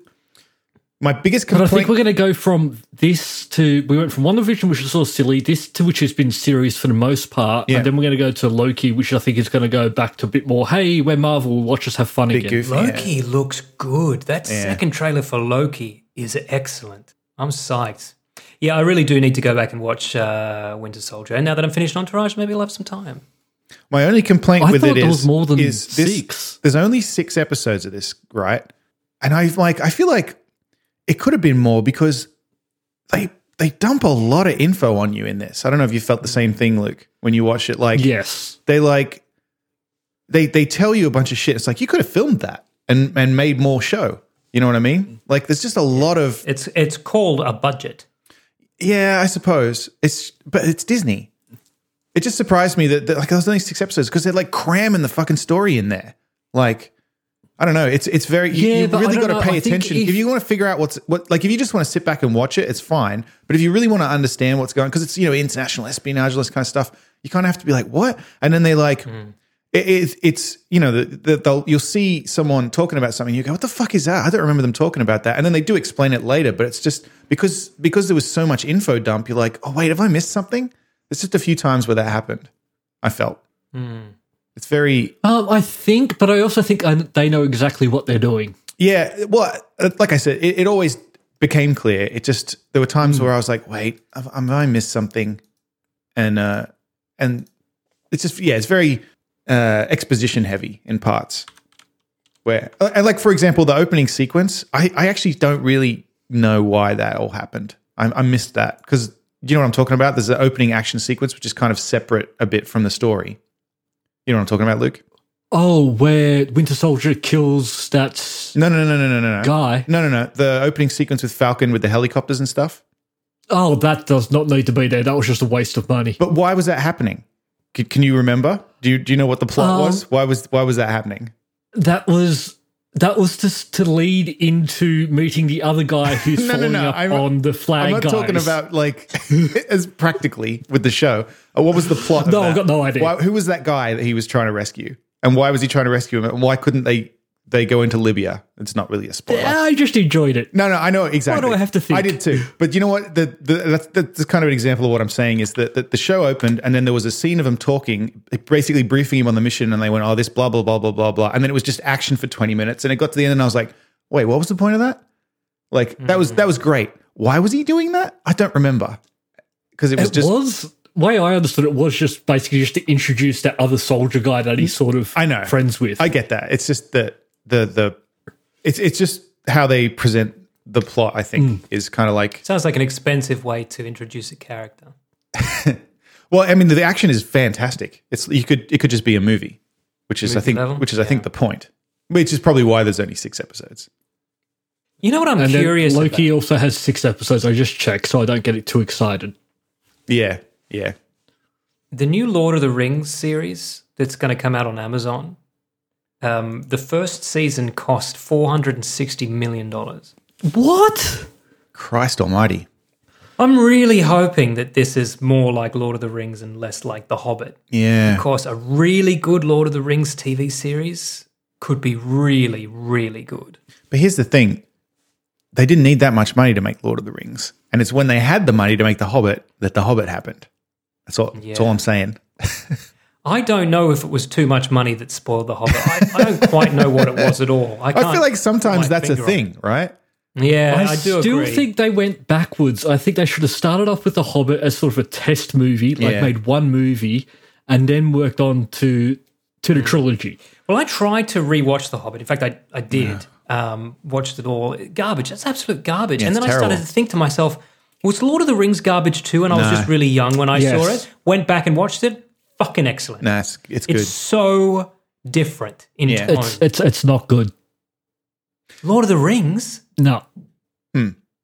[SPEAKER 2] my biggest
[SPEAKER 3] Hmm. But I
[SPEAKER 2] complaint.
[SPEAKER 3] think we're going to go from this to we went from Wonder Vision, which is sort of silly, this to which has been serious for the most part,
[SPEAKER 2] Yeah.
[SPEAKER 3] and then we're going to go to Loki, which I think is going to go back to a bit more. Hey, we're Marvel, watch us have fun again.
[SPEAKER 2] goofy.
[SPEAKER 1] Loki looks good. That second trailer for Loki is excellent. I'm psyched. Yeah, I really do need to go back and watch uh, Winter Soldier. And now that I'm finished Entourage, maybe I'll have some time.
[SPEAKER 2] My only complaint
[SPEAKER 3] I
[SPEAKER 2] with
[SPEAKER 3] thought
[SPEAKER 2] it
[SPEAKER 3] there was
[SPEAKER 2] is-
[SPEAKER 3] more than
[SPEAKER 2] is this-
[SPEAKER 3] six.
[SPEAKER 2] There's only six episodes of this, right? And I've like, I feel like it could have been more because they they dump a lot of info on you in this. I don't know if you felt the same thing, Luke, when you watch it. Like,
[SPEAKER 3] Yes,
[SPEAKER 2] they like they they tell you a bunch of shit. It's like you could have filmed that and and made more show. You know what I mean? Like, there's just a lot of
[SPEAKER 1] It's it's called a budget.
[SPEAKER 2] yeah, I suppose it's but it's Disney. It just surprised me that, that like there's only six episodes because they're like cramming the fucking story in there. Like, I don't know. It's it's very you,
[SPEAKER 3] Yeah,
[SPEAKER 2] you
[SPEAKER 3] but I
[SPEAKER 2] really
[SPEAKER 3] don't
[SPEAKER 2] got to
[SPEAKER 3] know.
[SPEAKER 2] pay
[SPEAKER 3] I think
[SPEAKER 2] attention if,
[SPEAKER 3] if-
[SPEAKER 2] you want to figure out what's what. Like, if you just want to sit back and watch it, it's fine. But if you really want to understand what's going, because it's you know international espionage, all this kind of stuff, you kind of have to be like, what? And then they like.
[SPEAKER 3] Hmm.
[SPEAKER 2] It, it, it's you know the, the, they'll you'll see someone talking about something you go what the fuck is that I don't remember them talking about that and then they do explain it later but it's just because because there was so much info dump you're like oh wait have I missed something there's just a few times where that happened I felt
[SPEAKER 3] Hmm.
[SPEAKER 2] it's very
[SPEAKER 3] um, I think, but I also think I, they know exactly what they're doing.
[SPEAKER 2] yeah well uh, like I said it, it always became clear it just there were times where I was like wait have, have I missed something and uh and it's just yeah, it's very uh, exposition heavy in parts. Where uh, and like for example, the opening sequence, I, I actually don't really know why that all happened. I, I missed that because you know what I'm talking about. There's the opening action sequence, which is kind of separate a bit from the story. You know what I'm talking about, Luke?
[SPEAKER 3] Oh, where Winter Soldier kills that s-
[SPEAKER 2] No, no, no, no, no, no, no.
[SPEAKER 3] guy.
[SPEAKER 2] No, no, no. The opening sequence with Falcon with the helicopters and stuff.
[SPEAKER 3] Oh, that does not need to be there. That was just a waste of money.
[SPEAKER 2] But why was that happening? C- can you remember? Do you do you know what the plot
[SPEAKER 3] Um,
[SPEAKER 2] was? Why was why was that happening?
[SPEAKER 3] That was that was just to lead into meeting the other guy
[SPEAKER 2] [laughs]
[SPEAKER 3] who's
[SPEAKER 2] No, no,
[SPEAKER 3] following
[SPEAKER 2] no,
[SPEAKER 3] up
[SPEAKER 2] I'm-
[SPEAKER 3] on the flag.
[SPEAKER 2] I'm not
[SPEAKER 3] guys.
[SPEAKER 2] talking about like [laughs] as practically with the show. Uh, What was the plot? of
[SPEAKER 3] No, I've
[SPEAKER 2] that?
[SPEAKER 3] got no idea.
[SPEAKER 2] Why, who was that guy that he was trying to rescue, and why was he trying to rescue him? And why couldn't they they go into Libya? It's not really a spoiler.
[SPEAKER 3] I just enjoyed it.
[SPEAKER 2] No, no, I know exactly.
[SPEAKER 3] I have to think?
[SPEAKER 2] I did too. But you know what? The, the, that's, that's kind of an example of what I'm saying is that, that the show opened and then there was a scene of him talking, basically briefing him on the mission, and they went, oh, this blah, blah, blah, blah, blah, blah. And then it was just action for 20 minutes. And it got to the end and I was like, wait, what was the point of that? Like, that was that was great. Why was he doing that? I don't remember. Because it was
[SPEAKER 3] It
[SPEAKER 2] just.
[SPEAKER 3] was way I understood it was just basically just to introduce that other soldier guy that he's sort of
[SPEAKER 2] I know.
[SPEAKER 3] friends with.
[SPEAKER 2] I get that. It's just that the the it's it's just how they present the plot. I think
[SPEAKER 3] Mm.
[SPEAKER 2] is kind of like
[SPEAKER 1] Sounds like an expensive way to introduce a character.
[SPEAKER 2] well, I mean, the, the action is fantastic. It's you could it could just be a movie, which is I
[SPEAKER 1] Movie
[SPEAKER 2] think
[SPEAKER 1] level?
[SPEAKER 2] which is I think the point, which is probably why there's only six episodes.
[SPEAKER 1] You know what I'm
[SPEAKER 3] and then
[SPEAKER 1] curious about?
[SPEAKER 3] Loki also has six episodes. I just checked, so I don't get it too excited.
[SPEAKER 2] Yeah, yeah.
[SPEAKER 1] the new Lord of the Rings series that's going to come out on Amazon. Um, the first season cost four hundred and sixty million dollars.
[SPEAKER 3] What?
[SPEAKER 2] Christ Almighty.
[SPEAKER 1] I'm really hoping that this is more like Lord of the Rings and less like The Hobbit.
[SPEAKER 2] Yeah.
[SPEAKER 1] Of course, a really good Lord of the Rings TV series could be really, really good.
[SPEAKER 2] But here's the thing they didn't need that much money to make Lord of the Rings. And it's when they had the money to make The Hobbit that The Hobbit happened. That's all, that's all I'm saying.
[SPEAKER 1] I don't know if it was too much money that spoiled The Hobbit. I, I don't quite know what it was at all. I, can't
[SPEAKER 2] I feel like
[SPEAKER 1] put
[SPEAKER 2] sometimes
[SPEAKER 1] my
[SPEAKER 2] that's a
[SPEAKER 1] finger on it.
[SPEAKER 2] thing, right?
[SPEAKER 1] Yeah, I,
[SPEAKER 3] I,
[SPEAKER 1] do
[SPEAKER 3] still
[SPEAKER 1] agree.
[SPEAKER 3] think they went backwards. I think they should have started off with The Hobbit as sort of a test movie, like
[SPEAKER 2] Yeah.
[SPEAKER 3] made one movie, and then worked on to to the
[SPEAKER 2] Mm.
[SPEAKER 3] trilogy.
[SPEAKER 1] Well, I tried to rewatch The Hobbit. In fact, I, I did. Um, watched it all. Garbage. That's absolute garbage. and
[SPEAKER 2] it's
[SPEAKER 1] then I started
[SPEAKER 2] terrible.
[SPEAKER 1] to think to myself, was Lord of the Rings garbage too? And I was
[SPEAKER 2] No.
[SPEAKER 1] just really young when I saw
[SPEAKER 3] Yes.
[SPEAKER 1] it. Went back and watched it. Fucking excellent.
[SPEAKER 2] Nah, it's,
[SPEAKER 1] it's
[SPEAKER 2] it's good.
[SPEAKER 1] so different in
[SPEAKER 2] Yeah.
[SPEAKER 1] tone.
[SPEAKER 3] It's it's it's not good.
[SPEAKER 1] Lord of the Rings?
[SPEAKER 3] No,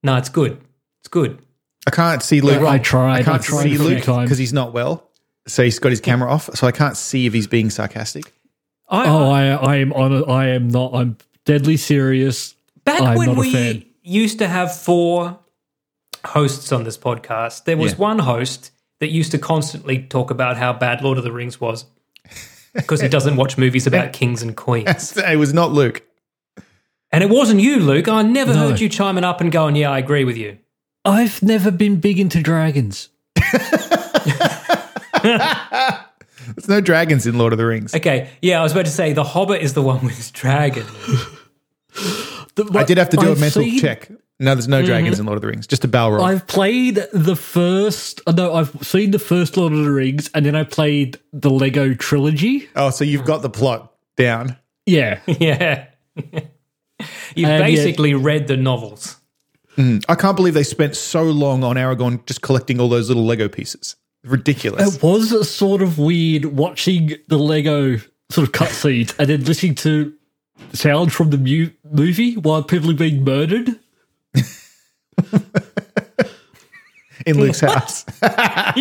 [SPEAKER 1] No, it's good. It's good.
[SPEAKER 2] I can't see Luke.
[SPEAKER 3] I tried.
[SPEAKER 2] I
[SPEAKER 3] I,
[SPEAKER 2] can't
[SPEAKER 3] tried
[SPEAKER 2] see
[SPEAKER 3] for
[SPEAKER 2] Luke
[SPEAKER 3] time.
[SPEAKER 2] because he's not well. So he's got his camera off. So I can't see if he's being sarcastic.
[SPEAKER 1] I,
[SPEAKER 3] Oh, I I am on. I am not. I'm deadly serious.
[SPEAKER 1] Back
[SPEAKER 3] I'm
[SPEAKER 1] when
[SPEAKER 3] not a
[SPEAKER 1] we
[SPEAKER 3] fan.
[SPEAKER 1] used to have four hosts on this podcast, there was
[SPEAKER 2] Yeah.
[SPEAKER 1] one host that used to constantly talk about how bad Lord of the Rings was because he doesn't watch movies about kings and
[SPEAKER 3] [laughs]
[SPEAKER 1] queens.
[SPEAKER 2] It was not Luke.
[SPEAKER 1] And it wasn't you, Luke. I never
[SPEAKER 3] No.
[SPEAKER 1] heard you chiming up and going, Yeah, I agree with you.
[SPEAKER 3] I've never been big into dragons.
[SPEAKER 2] There's no dragons in Lord of the Rings.
[SPEAKER 1] Okay. Yeah, I was about to say The Hobbit is the one with his
[SPEAKER 3] [laughs]
[SPEAKER 1] dragon.
[SPEAKER 3] The-
[SPEAKER 2] I did have to do
[SPEAKER 3] I've
[SPEAKER 2] a mental
[SPEAKER 3] seen- Mm-hmm.
[SPEAKER 2] check. No, there's no dragons in Lord of the Rings. Just a Balrog.
[SPEAKER 3] I've played the first. uh, No, I've seen the first Lord of the Rings, and then I played the Lego trilogy.
[SPEAKER 2] oh, so you've got the plot down.
[SPEAKER 3] Yeah,
[SPEAKER 1] yeah. [laughs] you
[SPEAKER 3] And yet-
[SPEAKER 1] basically read the novels.
[SPEAKER 2] I can't believe they spent so long on Aragon just collecting all those little Lego pieces. Ridiculous.
[SPEAKER 3] it was sort of weird watching the Lego sort of cutscenes and then listening to sound from the mu- movie while people are being murdered.
[SPEAKER 2] in
[SPEAKER 3] oh,
[SPEAKER 2] Luke's house.
[SPEAKER 1] I'm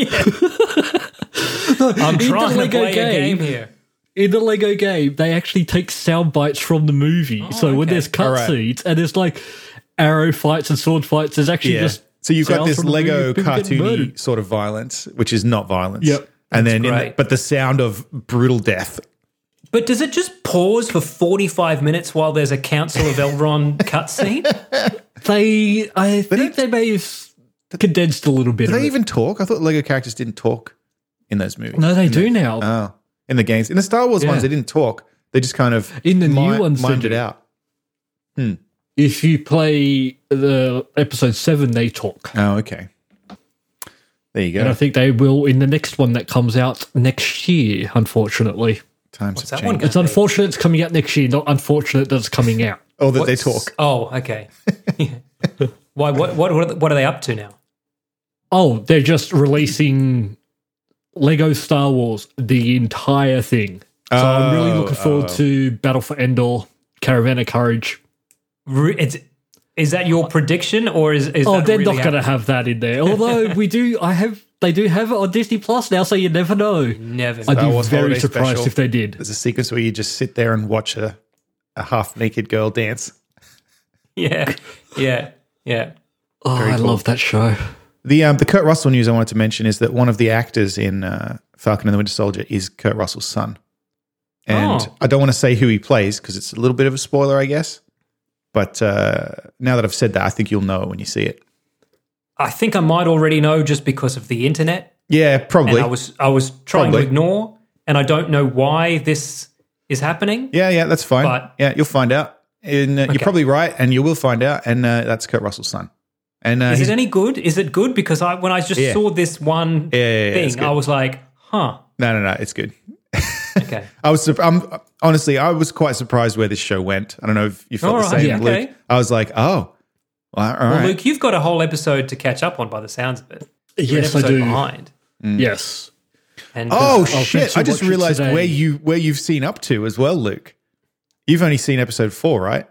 [SPEAKER 3] the
[SPEAKER 1] trying to
[SPEAKER 3] Lego
[SPEAKER 1] play a game
[SPEAKER 3] game-
[SPEAKER 1] here.
[SPEAKER 3] in the Lego game, they actually take sound bites from the movie. so when
[SPEAKER 1] Oh, okay.
[SPEAKER 3] there's
[SPEAKER 2] All right.
[SPEAKER 3] cutscenes and there's like arrow fights and sword fights, there's actually
[SPEAKER 2] Yeah.
[SPEAKER 3] [laughs] just
[SPEAKER 2] So you've got
[SPEAKER 3] sounds
[SPEAKER 2] this
[SPEAKER 3] from the movie
[SPEAKER 2] Lego
[SPEAKER 3] of people
[SPEAKER 2] cartoony
[SPEAKER 3] getting murdered.
[SPEAKER 2] sort of violence, which is not violence.
[SPEAKER 3] Yep.
[SPEAKER 2] And then, in the,
[SPEAKER 1] great.
[SPEAKER 2] but the sound of brutal death.
[SPEAKER 1] But does it just pause for 45 minutes while there's a Council of Elrond
[SPEAKER 3] [laughs]
[SPEAKER 1] cutscene?
[SPEAKER 3] They, I think they may have s- condensed a little bit.
[SPEAKER 2] Do
[SPEAKER 3] of
[SPEAKER 2] they
[SPEAKER 3] it.
[SPEAKER 2] even talk? I thought Lego characters didn't talk in those movies.
[SPEAKER 3] no, they do now.
[SPEAKER 2] Oh, in the games, in the Star Wars ones, they didn't talk. They just kind of
[SPEAKER 3] In the new
[SPEAKER 2] mi-
[SPEAKER 3] ones, they
[SPEAKER 2] mimed
[SPEAKER 3] do.
[SPEAKER 2] it out.
[SPEAKER 3] if you play the episode seven, they talk,
[SPEAKER 2] Oh, okay. There you
[SPEAKER 3] and I
[SPEAKER 2] go.
[SPEAKER 3] think they will in the next one that comes out next year. Unfortunately,
[SPEAKER 2] Times have
[SPEAKER 1] that one
[SPEAKER 2] changed.
[SPEAKER 3] it's unfortunate it's coming out next year. Not unfortunate that it's coming out.
[SPEAKER 2] Oh, that they talk.
[SPEAKER 1] Oh,
[SPEAKER 3] [laughs]
[SPEAKER 1] okay. Why? What? What? What are, what are they up to now?
[SPEAKER 3] Oh, they're just releasing Lego Star Wars, the entire thing. So I'm really
[SPEAKER 2] Oh,
[SPEAKER 3] looking forward to Battle for Endor, Caravan of Courage.
[SPEAKER 1] Re- It's, is that your prediction, or is is
[SPEAKER 3] Oh,
[SPEAKER 1] that
[SPEAKER 3] they're
[SPEAKER 1] really
[SPEAKER 3] not going to have that in there.
[SPEAKER 2] [laughs]
[SPEAKER 3] Although we do, I have, they do have it on Disney Plus now, so you never know.
[SPEAKER 1] happening? never?
[SPEAKER 3] I'd be
[SPEAKER 2] Wars
[SPEAKER 3] very
[SPEAKER 2] Holiday
[SPEAKER 3] surprised
[SPEAKER 2] Special.
[SPEAKER 3] if they did.
[SPEAKER 2] There's a sequence where you just sit there and watch a, a half naked girl dance.
[SPEAKER 1] [laughs] yeah, yeah, yeah.
[SPEAKER 3] Oh, I love that show.
[SPEAKER 2] The um, the Kurt Russell news I wanted to mention is that one of the actors in uh, Falcon and the Winter Soldier is Kurt Russell's son, and
[SPEAKER 1] Oh.
[SPEAKER 2] I don't want to say who he plays because it's a little bit of a spoiler, I guess. But uh, now that I've said that, I think you'll know it when you see it.
[SPEAKER 1] I think I might already know just because of the internet,
[SPEAKER 2] Yeah,
[SPEAKER 1] and
[SPEAKER 2] probably.
[SPEAKER 1] I was I was trying
[SPEAKER 2] Probably.
[SPEAKER 1] to ignore, and I don't know why this is happening.
[SPEAKER 2] yeah, yeah, that's fine.
[SPEAKER 1] But-
[SPEAKER 2] yeah, you'll find out. And uh, You're probably right, and you will find out. And uh, that's Kurt Russell's son. And uh,
[SPEAKER 1] Is
[SPEAKER 2] he's-
[SPEAKER 1] it any good? Is it good? Because I when I just
[SPEAKER 2] Yeah.
[SPEAKER 1] saw this one
[SPEAKER 2] yeah, yeah, it's
[SPEAKER 1] thing, Oh.
[SPEAKER 2] good.
[SPEAKER 1] I was like, huh.
[SPEAKER 2] no, no, no, it's good. [laughs]
[SPEAKER 1] Okay.
[SPEAKER 2] I was surp- I'm, honestly, I was quite surprised where this show went. I don't know if you felt
[SPEAKER 1] All
[SPEAKER 2] the
[SPEAKER 1] right,
[SPEAKER 2] same,
[SPEAKER 1] yeah.
[SPEAKER 2] Luke.
[SPEAKER 1] okay.
[SPEAKER 2] I was like, oh, well, all right.
[SPEAKER 1] Well, Luke, you've got a whole episode to catch up on by the sounds of it. You're an
[SPEAKER 3] Yes, I
[SPEAKER 1] episode
[SPEAKER 3] do.
[SPEAKER 1] behind.
[SPEAKER 3] Yes.
[SPEAKER 1] And
[SPEAKER 2] oh
[SPEAKER 3] been
[SPEAKER 2] shit!
[SPEAKER 3] to
[SPEAKER 2] I just
[SPEAKER 3] watch it
[SPEAKER 2] realized
[SPEAKER 3] today.
[SPEAKER 2] where you where you've seen up to as well, Luke. You've only seen episode four, right?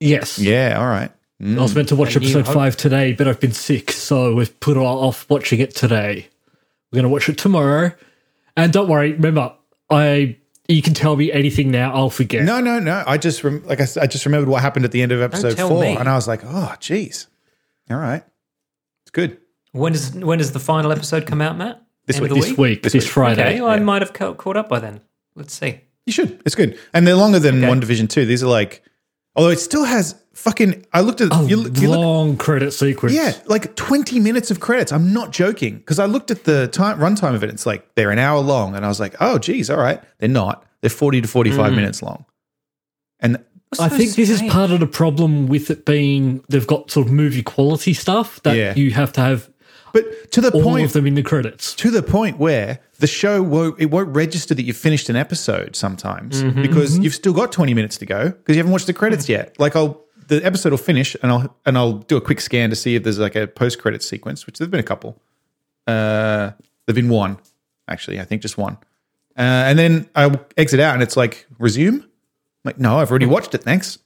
[SPEAKER 3] Yes.
[SPEAKER 2] Yeah. All right. Mm.
[SPEAKER 3] I was meant to watch
[SPEAKER 1] And you
[SPEAKER 3] episode
[SPEAKER 1] hope-
[SPEAKER 3] five today, but I've been sick, so we've put it off watching it today. We're going to watch it tomorrow. And don't worry, remember, I you can tell me anything now, I'll forget.
[SPEAKER 2] No, no, no. I just rem- like I, s- I just remembered what happened at the end of episode
[SPEAKER 1] tell
[SPEAKER 2] four,
[SPEAKER 1] me.
[SPEAKER 2] and I was like, oh, jeez. All right, it's good.
[SPEAKER 1] when does when does the final episode come out, Matt?
[SPEAKER 2] This
[SPEAKER 1] End
[SPEAKER 2] week.
[SPEAKER 1] of the
[SPEAKER 3] This week, this,
[SPEAKER 2] This week.
[SPEAKER 3] Friday.
[SPEAKER 1] Okay, well, I might have ca- caught up by then. Let's see.
[SPEAKER 2] You should. It's good, and they're longer than one division two. These are like, although it still has fucking. I looked at
[SPEAKER 3] A
[SPEAKER 2] you, look- you look-
[SPEAKER 3] long credit sequence.
[SPEAKER 2] Yeah, like 20 minutes of credits. I'm not joking because I looked at the time runtime of it. It's like they're an hour long, and I was like, oh, geez, all right, they're not. They're 40 to
[SPEAKER 3] Mm.
[SPEAKER 2] 45 minutes long, and
[SPEAKER 1] What's
[SPEAKER 3] I
[SPEAKER 1] so
[SPEAKER 3] think this is
[SPEAKER 1] strange?
[SPEAKER 3] part of the problem with it being they've got sort of movie quality stuff that
[SPEAKER 2] Yeah.
[SPEAKER 3] you have to have
[SPEAKER 2] but to the
[SPEAKER 3] all
[SPEAKER 2] point
[SPEAKER 3] of them in the credits.
[SPEAKER 2] to the point where the show won't it won't register that you finished an episode sometimes because you've still got 20 minutes to go because you haven't watched the credits yet like i'll the episode will finish and i'll and i'll do a quick scan to see if there's like a post-credit sequence which there've been a couple uh there've been one actually i think just one uh, and then i exit out and it's like resume I'm like no i've already watched it thanks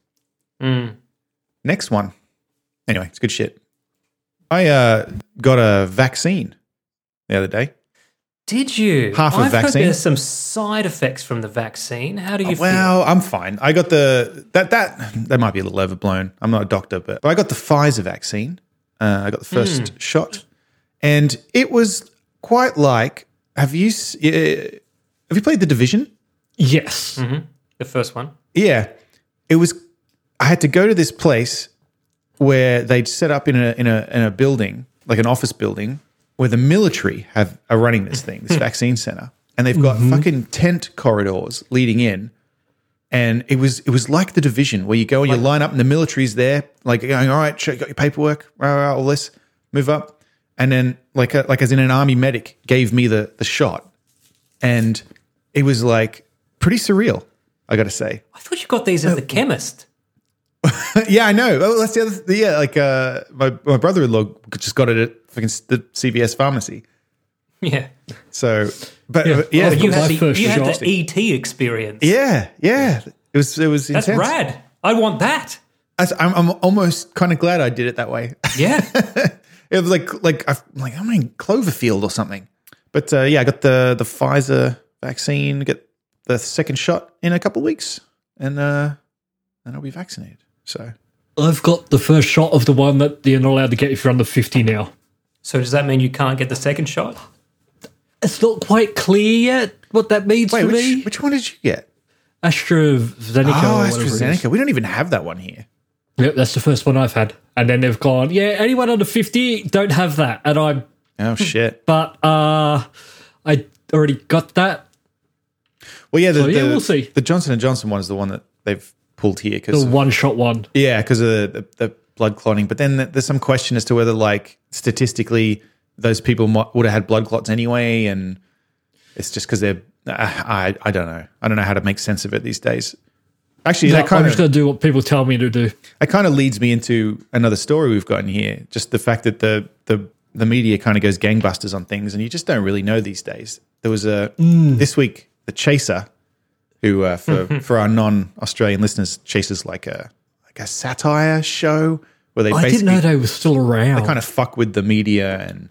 [SPEAKER 2] next one anyway it's good shit i uh got a vaccine the other day
[SPEAKER 1] Did you?
[SPEAKER 2] Half of
[SPEAKER 1] I've
[SPEAKER 2] vaccine. Oh,
[SPEAKER 1] Heard there's some side effects from the vaccine. How do you feel?
[SPEAKER 2] Well, I'm fine. I got the that that that might be a little overblown. I'm not a doctor, but, but I got the Pfizer vaccine. Uh, I got the first
[SPEAKER 1] Hmm.
[SPEAKER 2] shot, and it was quite like. Have you s- uh, have you played the Division?
[SPEAKER 3] Yes.
[SPEAKER 1] The first one.
[SPEAKER 2] Yeah, it was. I had to go to this place where they'd set up in a in a in a building, like an office building, where the military have are running this thing, this vaccine center, and they've got fucking tent corridors leading in. And it was it was like the division where you go and you line up, and the military's there, like going, "All right, check, got your paperwork, rah, rah, all this, move up." And then, like a, like as in an army medic, gave me the the shot, and it was like pretty surreal. I got to say,
[SPEAKER 1] I thought you got these at the
[SPEAKER 2] Oh.
[SPEAKER 1] chemist. [laughs]
[SPEAKER 2] yeah, I know. Oh, that's the other. Th- yeah, like uh, my my brother in law just got it at fucking s- the CVS pharmacy.
[SPEAKER 1] Yeah.
[SPEAKER 2] So, but yeah,
[SPEAKER 3] Oh,
[SPEAKER 2] yeah,
[SPEAKER 1] You
[SPEAKER 3] my
[SPEAKER 1] had, the,
[SPEAKER 3] first
[SPEAKER 1] you had
[SPEAKER 3] shot.
[SPEAKER 1] the ET experience.
[SPEAKER 2] yeah, yeah. It was it was
[SPEAKER 1] That's
[SPEAKER 2] intense.
[SPEAKER 1] rad. I want that.
[SPEAKER 2] That's- I'm, I'm almost kind of glad I did it that way. [laughs]
[SPEAKER 1] Yeah.
[SPEAKER 2] it was like like I've, like I'm in Cloverfield or something. But uh, yeah, I got the the Pfizer vaccine. Get the second shot in a couple weeks, and uh, and I'll be vaccinated. So
[SPEAKER 3] I've got the first shot of the one that you're not allowed to get if you're under 50 now.
[SPEAKER 1] so does that mean you can't get the second shot?
[SPEAKER 3] It's not quite clear yet what that means
[SPEAKER 2] wait,
[SPEAKER 3] for me.
[SPEAKER 2] which, which one did you get?
[SPEAKER 3] AstraZeneca.
[SPEAKER 2] Oh,
[SPEAKER 3] or whatever it is.
[SPEAKER 2] AstraZeneca. We don't even have that one here.
[SPEAKER 3] Yep, that's the first one I've had. And then they've gone, yeah, anyone under 50, don't have that. And I'm,
[SPEAKER 2] Oh [laughs] shit.
[SPEAKER 3] but uh, I already got that.
[SPEAKER 2] Well, yeah, the,
[SPEAKER 3] yeah,
[SPEAKER 2] the-
[SPEAKER 3] we'll see.
[SPEAKER 2] The Johnson and Johnson one is the one that they've pulled here
[SPEAKER 3] The
[SPEAKER 2] because
[SPEAKER 3] one shot one.
[SPEAKER 2] yeah, because of the, the, the blood clotting. But then there's some question as to whether like statistically those people might, would have had blood clots anyway, and it's just because they're uh, I, I I don't know I don't know how to make sense of it these days. Actually,
[SPEAKER 3] No,
[SPEAKER 2] that
[SPEAKER 3] I'm
[SPEAKER 2] kind
[SPEAKER 3] just
[SPEAKER 2] of
[SPEAKER 3] going to do what people tell me to do.
[SPEAKER 2] that kind of leads me into another story we've got in here. Just the fact that the the the media kind of goes gangbusters on things, and you just don't really know these days. There was a
[SPEAKER 3] Mm.
[SPEAKER 2] this week the Chaser, who uh, for
[SPEAKER 3] [laughs]
[SPEAKER 2] for our non Australian listeners, Chaser's like a like a satire show where they
[SPEAKER 3] I didn't
[SPEAKER 2] basically
[SPEAKER 3] know they were still around.
[SPEAKER 2] kind of fuck with the media and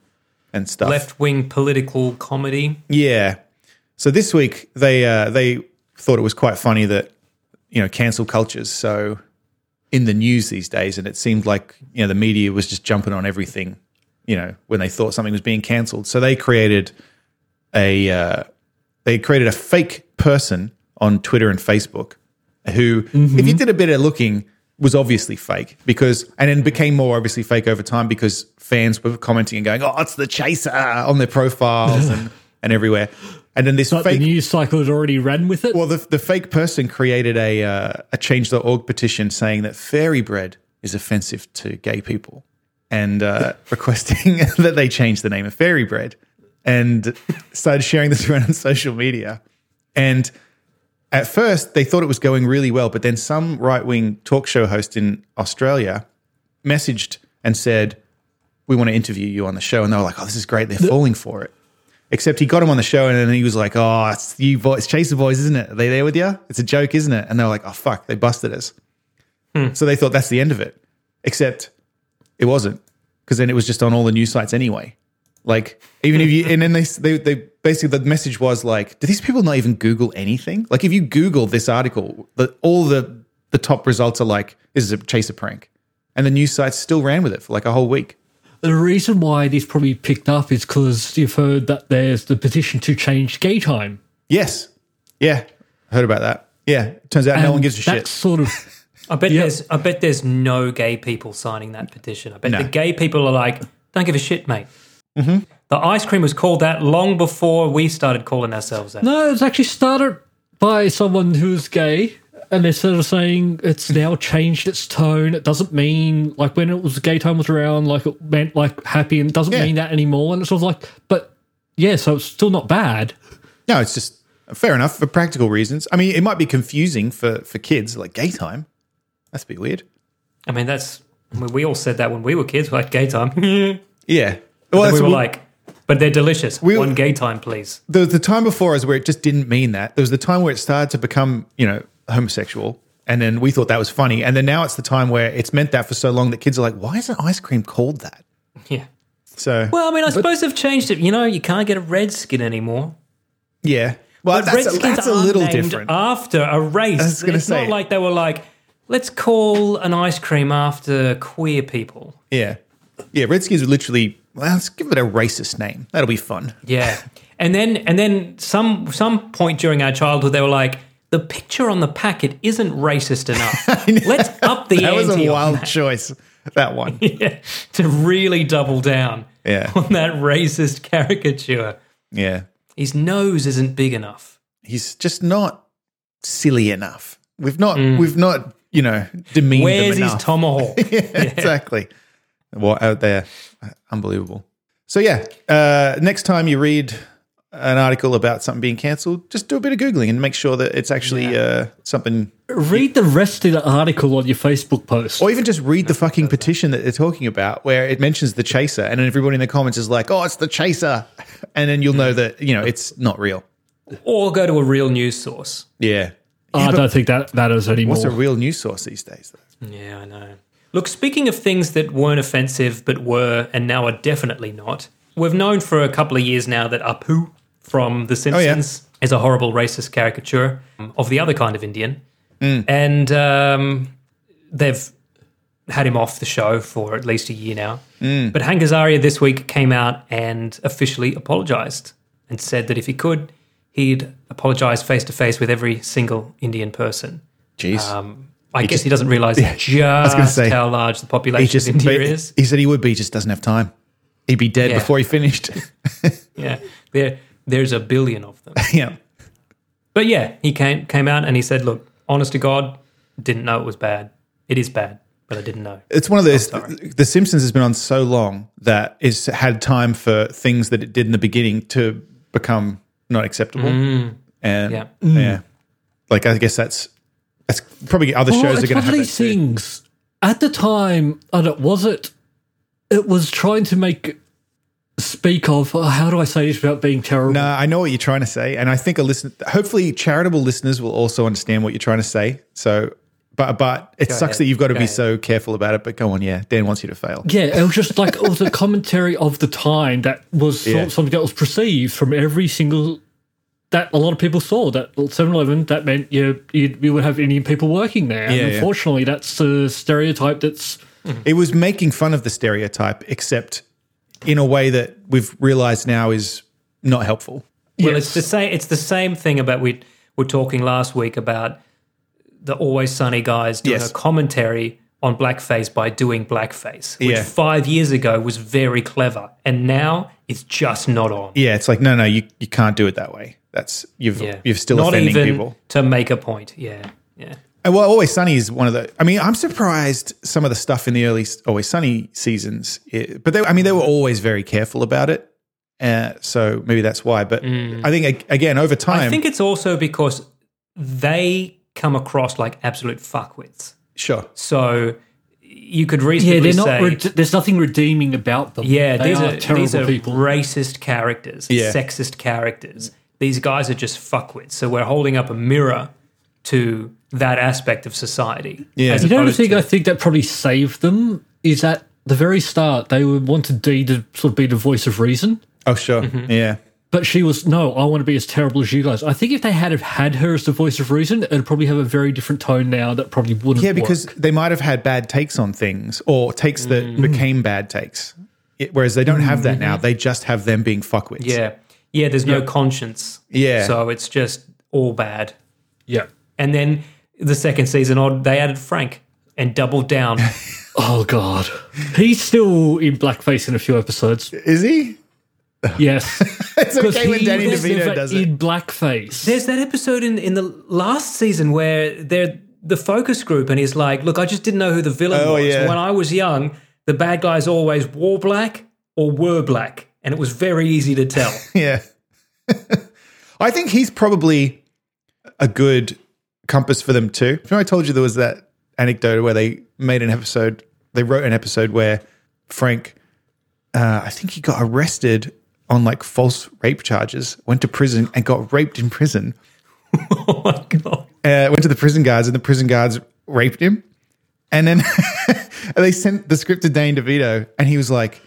[SPEAKER 2] and stuff.
[SPEAKER 1] Left wing political comedy.
[SPEAKER 2] Yeah. So this week they uh, they thought it was quite funny that you know cancel culture's so in the news these days, and it seemed like you know the media was just jumping on everything. You know when they thought something was being cancelled, so they created a uh, they created a fake person on Twitter and Facebook who, if you did a bit of looking, was obviously fake because, and then became more obviously fake over time because fans were commenting and going, "Oh, it's the chaser" on their profiles and, and everywhere. And then this
[SPEAKER 3] but
[SPEAKER 2] fake
[SPEAKER 3] the news cycle had already ran with it.
[SPEAKER 2] well, the, the fake person created a, uh, a change.org petition saying that fairy bread is offensive to gay people. and uh, requesting [laughs] that they change the name of Fairy Bread and started sharing this around on social media. And at first, they thought it was going really well, but then some right wing talk show host in Australia messaged and said, We want to interview you on the show. And they were like, Oh, this is great. They're falling for it. Except he got him on the show and then he was like, Oh, it's you boys, Chaser Boys, isn't it? Are they there with you? It's a joke, isn't it? And they were like, Oh, fuck, they busted us. So they thought that's the end of it. Except it wasn't because then it was just on all the news sites anyway. Like even if you and then they they they basically the message was like, do these people not even Google anything? Like if you Google this article, the, all the the top results are like this is a chaser prank, and the news sites still ran with it for like a whole week.
[SPEAKER 3] The reason why this probably picked up is because you've heard that there's the petition to change gay time.
[SPEAKER 2] Yes, yeah, heard about that. Yeah, turns out no one gives a
[SPEAKER 3] that
[SPEAKER 2] shit.
[SPEAKER 3] sort of
[SPEAKER 1] I bet there's I bet there's no gay people signing that petition. I bet
[SPEAKER 2] No.
[SPEAKER 1] the gay people are like, don't give a shit, mate. Mm-hmm. The ice cream was called that long before we started calling ourselves that.
[SPEAKER 3] no, it's actually started by someone who's gay, and they're sort of saying it's now changed its tone. It doesn't mean like when it was gay time was around, like it meant like happy, and it doesn't
[SPEAKER 2] Yeah.
[SPEAKER 3] mean that anymore. And it's sort of like, but yeah, so it's still not bad.
[SPEAKER 2] No, it's just fair enough for practical reasons. I mean, it might be confusing for for kids like gay time. That's a bit weird.
[SPEAKER 1] I mean, that's I mean, we all said that when we were kids, like gay time. [laughs] we
[SPEAKER 2] Yeah. Well,
[SPEAKER 1] were
[SPEAKER 2] that's-
[SPEAKER 1] like, but they're delicious.
[SPEAKER 2] We-
[SPEAKER 1] One gay time, please. [laughs]
[SPEAKER 2] there was the time before us where it just didn't mean that. There was the time where it started to become, you know, homosexual. And then we thought that was funny. And then now it's the time where it's meant that for so long that kids are like, why isn't ice cream called that?
[SPEAKER 1] Yeah.
[SPEAKER 2] So,
[SPEAKER 1] Well, I mean, I suppose they've changed it. You know, you can't get a redskin anymore.
[SPEAKER 2] yeah. Well, that's, a, that's a
[SPEAKER 1] aren't
[SPEAKER 2] little
[SPEAKER 1] named
[SPEAKER 2] different.
[SPEAKER 1] After a race,
[SPEAKER 2] was gonna
[SPEAKER 1] it's
[SPEAKER 2] say-
[SPEAKER 1] not like they were like, let's call an ice cream after queer people.
[SPEAKER 2] yeah. Yeah. Redskins were literally, well, let's give it a racist name. That'll be fun.
[SPEAKER 1] Yeah, and then and then some some point during our childhood, they were like, the picture on the packet isn't racist
[SPEAKER 2] [laughs]
[SPEAKER 1] enough. let's up the
[SPEAKER 2] That was
[SPEAKER 1] ante
[SPEAKER 2] a
[SPEAKER 1] on
[SPEAKER 2] wild
[SPEAKER 1] that."
[SPEAKER 2] choice, that one.
[SPEAKER 1] Yeah, [laughs] to really double down
[SPEAKER 2] Yeah.
[SPEAKER 1] on that racist [laughs] caricature.
[SPEAKER 2] [laughs] yeah.
[SPEAKER 1] His nose isn't big enough.
[SPEAKER 2] He's just not silly enough. We've not, we've not, you know, demeaned
[SPEAKER 1] Mm. Where's
[SPEAKER 2] him enough.
[SPEAKER 1] his
[SPEAKER 2] [laughs]
[SPEAKER 1] tomahawk?
[SPEAKER 2] exactly. What out there? Unbelievable. So yeah, uh, next time you read an article about something being cancelled, just do a bit of googling and make sure that it's actually uh, something,
[SPEAKER 3] Read the rest of the article on your Facebook post.
[SPEAKER 2] or even just read the fucking petition that they're talking about, where it mentions the chaser, and then everybody in the comments is like, "Oh, it's the chaser," [laughs] and then you'll
[SPEAKER 1] Mm.
[SPEAKER 2] know that you know it's not real.
[SPEAKER 1] or go to a real news source.
[SPEAKER 2] Yeah,
[SPEAKER 3] I don't think that matters anymore.
[SPEAKER 2] what's a real news source these days? Though?
[SPEAKER 1] Yeah, I know. Look, speaking of things that weren't offensive but were and now are definitely not, we've known for a couple of years now that Apu from The Simpsons is a horrible racist caricature of the other kind of Indian. And um, they've had him off the show for at least a year now. But Hank Azaria this week came out and officially apologized and said that if he could, he'd apologize face to face with every single Indian person.
[SPEAKER 2] Jeez,
[SPEAKER 1] Um, I guess he doesn't
[SPEAKER 2] [laughs]
[SPEAKER 1] realize just
[SPEAKER 2] gonna say,
[SPEAKER 1] how large the population
[SPEAKER 2] he just
[SPEAKER 1] of India
[SPEAKER 2] he-
[SPEAKER 1] is.
[SPEAKER 2] he said he would be, he just doesn't have time. He'd be dead
[SPEAKER 1] Yeah.
[SPEAKER 2] before
[SPEAKER 1] [laughs]
[SPEAKER 2] he finished. [laughs]
[SPEAKER 1] Yeah, there, there's a billion of them.
[SPEAKER 2] yeah.
[SPEAKER 1] But yeah, he came came out and he said, "Look, honest to God, didn't know it was bad. It is bad, but I didn't know."
[SPEAKER 2] It's one of those.
[SPEAKER 1] Oh,
[SPEAKER 2] the Simpsons has been on so long that it's had time for things that it did in the beginning to become not acceptable. And
[SPEAKER 1] Mm. Yeah.
[SPEAKER 2] yeah. like I guess that's that's probably other
[SPEAKER 3] Well,
[SPEAKER 2] shows are
[SPEAKER 3] it's
[SPEAKER 2] going to
[SPEAKER 3] one
[SPEAKER 2] have
[SPEAKER 3] of
[SPEAKER 2] that
[SPEAKER 3] these
[SPEAKER 2] too.
[SPEAKER 3] things. At the time, and it was it. It was trying to make speak of oh, how do I say this without being terrible?
[SPEAKER 2] No, I know what you're trying to say, and I think a listen. Hopefully, charitable listeners will also understand what you're trying to say. So, but but it sucks
[SPEAKER 1] ahead.
[SPEAKER 2] that you've got to
[SPEAKER 1] Go
[SPEAKER 2] be
[SPEAKER 1] ahead.
[SPEAKER 2] so careful about it. But go on, yeah. Dan wants you to fail.
[SPEAKER 3] Yeah, it was just like it was a commentary of the time that was sort
[SPEAKER 2] Yeah.
[SPEAKER 3] of something that was perceived from every single that a lot of people saw that 7-Eleven that meant you you, you would have Indian people working there.
[SPEAKER 2] Yeah,
[SPEAKER 3] and
[SPEAKER 2] yeah.
[SPEAKER 3] unfortunately, that's a stereotype that's
[SPEAKER 2] It was making fun of the stereotype, except in a way that we've realized now is not helpful.
[SPEAKER 1] Well, it's
[SPEAKER 3] Yes.
[SPEAKER 1] the same. It's the same thing about we were talking last week about the Always Sunny guys doing
[SPEAKER 2] Yes.
[SPEAKER 1] a commentary on blackface by doing blackface, which
[SPEAKER 2] Yeah.
[SPEAKER 1] five years ago was very clever, and now it's just not on.
[SPEAKER 2] Yeah, it's like no, no, you, you can't do it that way. That's you've
[SPEAKER 1] Yeah.
[SPEAKER 2] you've still
[SPEAKER 1] Not
[SPEAKER 2] offending
[SPEAKER 1] even
[SPEAKER 2] people.
[SPEAKER 1] to make a point. Yeah, yeah.
[SPEAKER 2] And Uh, well, Always Sunny is one of the. I mean, I'm surprised some of the stuff in the early s- Always Sunny seasons, it- but they, I mean, they were always very careful about it. Uh, so maybe that's why. But
[SPEAKER 3] Mm.
[SPEAKER 2] I think ag- again, over time,
[SPEAKER 1] I think it's also because they come across like absolute fuckwits.
[SPEAKER 2] sure.
[SPEAKER 1] So you could
[SPEAKER 3] Yeah,
[SPEAKER 1] reasonably
[SPEAKER 3] they're not.
[SPEAKER 1] say,
[SPEAKER 3] Re- there's nothing redeeming about them.
[SPEAKER 1] yeah,
[SPEAKER 3] they
[SPEAKER 1] these
[SPEAKER 3] are,
[SPEAKER 1] are,
[SPEAKER 3] terrible
[SPEAKER 1] these are
[SPEAKER 3] people.
[SPEAKER 1] racist characters,
[SPEAKER 2] Yeah.
[SPEAKER 1] sexist characters. These guys are just fuckwits. So we're holding up a mirror to that aspect of society.
[SPEAKER 2] Yeah.
[SPEAKER 1] as
[SPEAKER 3] you know the
[SPEAKER 1] opposed
[SPEAKER 3] thing
[SPEAKER 1] to-
[SPEAKER 3] I think that probably saved them is at the very start they would want to D to sort of be the voice of reason.
[SPEAKER 2] Oh, sure.
[SPEAKER 3] Mm-hmm.
[SPEAKER 2] Yeah.
[SPEAKER 3] But she was no. I want to be as terrible as you guys. I think if they had have had her as the voice of reason, it'd probably have a very different tone now. That probably wouldn't.
[SPEAKER 2] Yeah, because
[SPEAKER 3] work. Mm.
[SPEAKER 2] they might have had bad takes on things or takes that became bad takes. It- whereas they don't have that
[SPEAKER 3] Mm-hmm.
[SPEAKER 2] now. They just have them being fuckwits.
[SPEAKER 1] Yeah. Yeah, there's no conscience.
[SPEAKER 2] Yeah.
[SPEAKER 1] So it's just all bad.
[SPEAKER 3] yeah.
[SPEAKER 1] And then the second season on, they added Frank and doubled down.
[SPEAKER 3] [laughs] Oh god, he's still in blackface in a few episodes.
[SPEAKER 2] Is he? [laughs]
[SPEAKER 3] Yes,
[SPEAKER 2] It's okay when
[SPEAKER 3] he
[SPEAKER 2] Danny
[SPEAKER 3] was
[SPEAKER 2] DeVito
[SPEAKER 3] never
[SPEAKER 2] does it.
[SPEAKER 3] in blackface.
[SPEAKER 1] There's that episode in, in the last season where they're the focus group and he's like, Look, I just didn't know who the villain
[SPEAKER 2] Oh,
[SPEAKER 1] was.
[SPEAKER 2] yeah.
[SPEAKER 1] When I was young, the bad guys always wore black or were black. And it was very easy to
[SPEAKER 2] [laughs]
[SPEAKER 1] tell. [laughs]
[SPEAKER 2] Yeah. I think he's probably a good compass for them too. You know, I told you there was that anecdote where they made an episode, they wrote an episode where Frank, uh, I think he got arrested on like false rape charges, went to prison and got raped in prison.
[SPEAKER 1] oh my God.
[SPEAKER 2] uh, went to the prison guards, and the prison guards raped him. And then [laughs] and they sent the script to Dane DeVito, and he was like,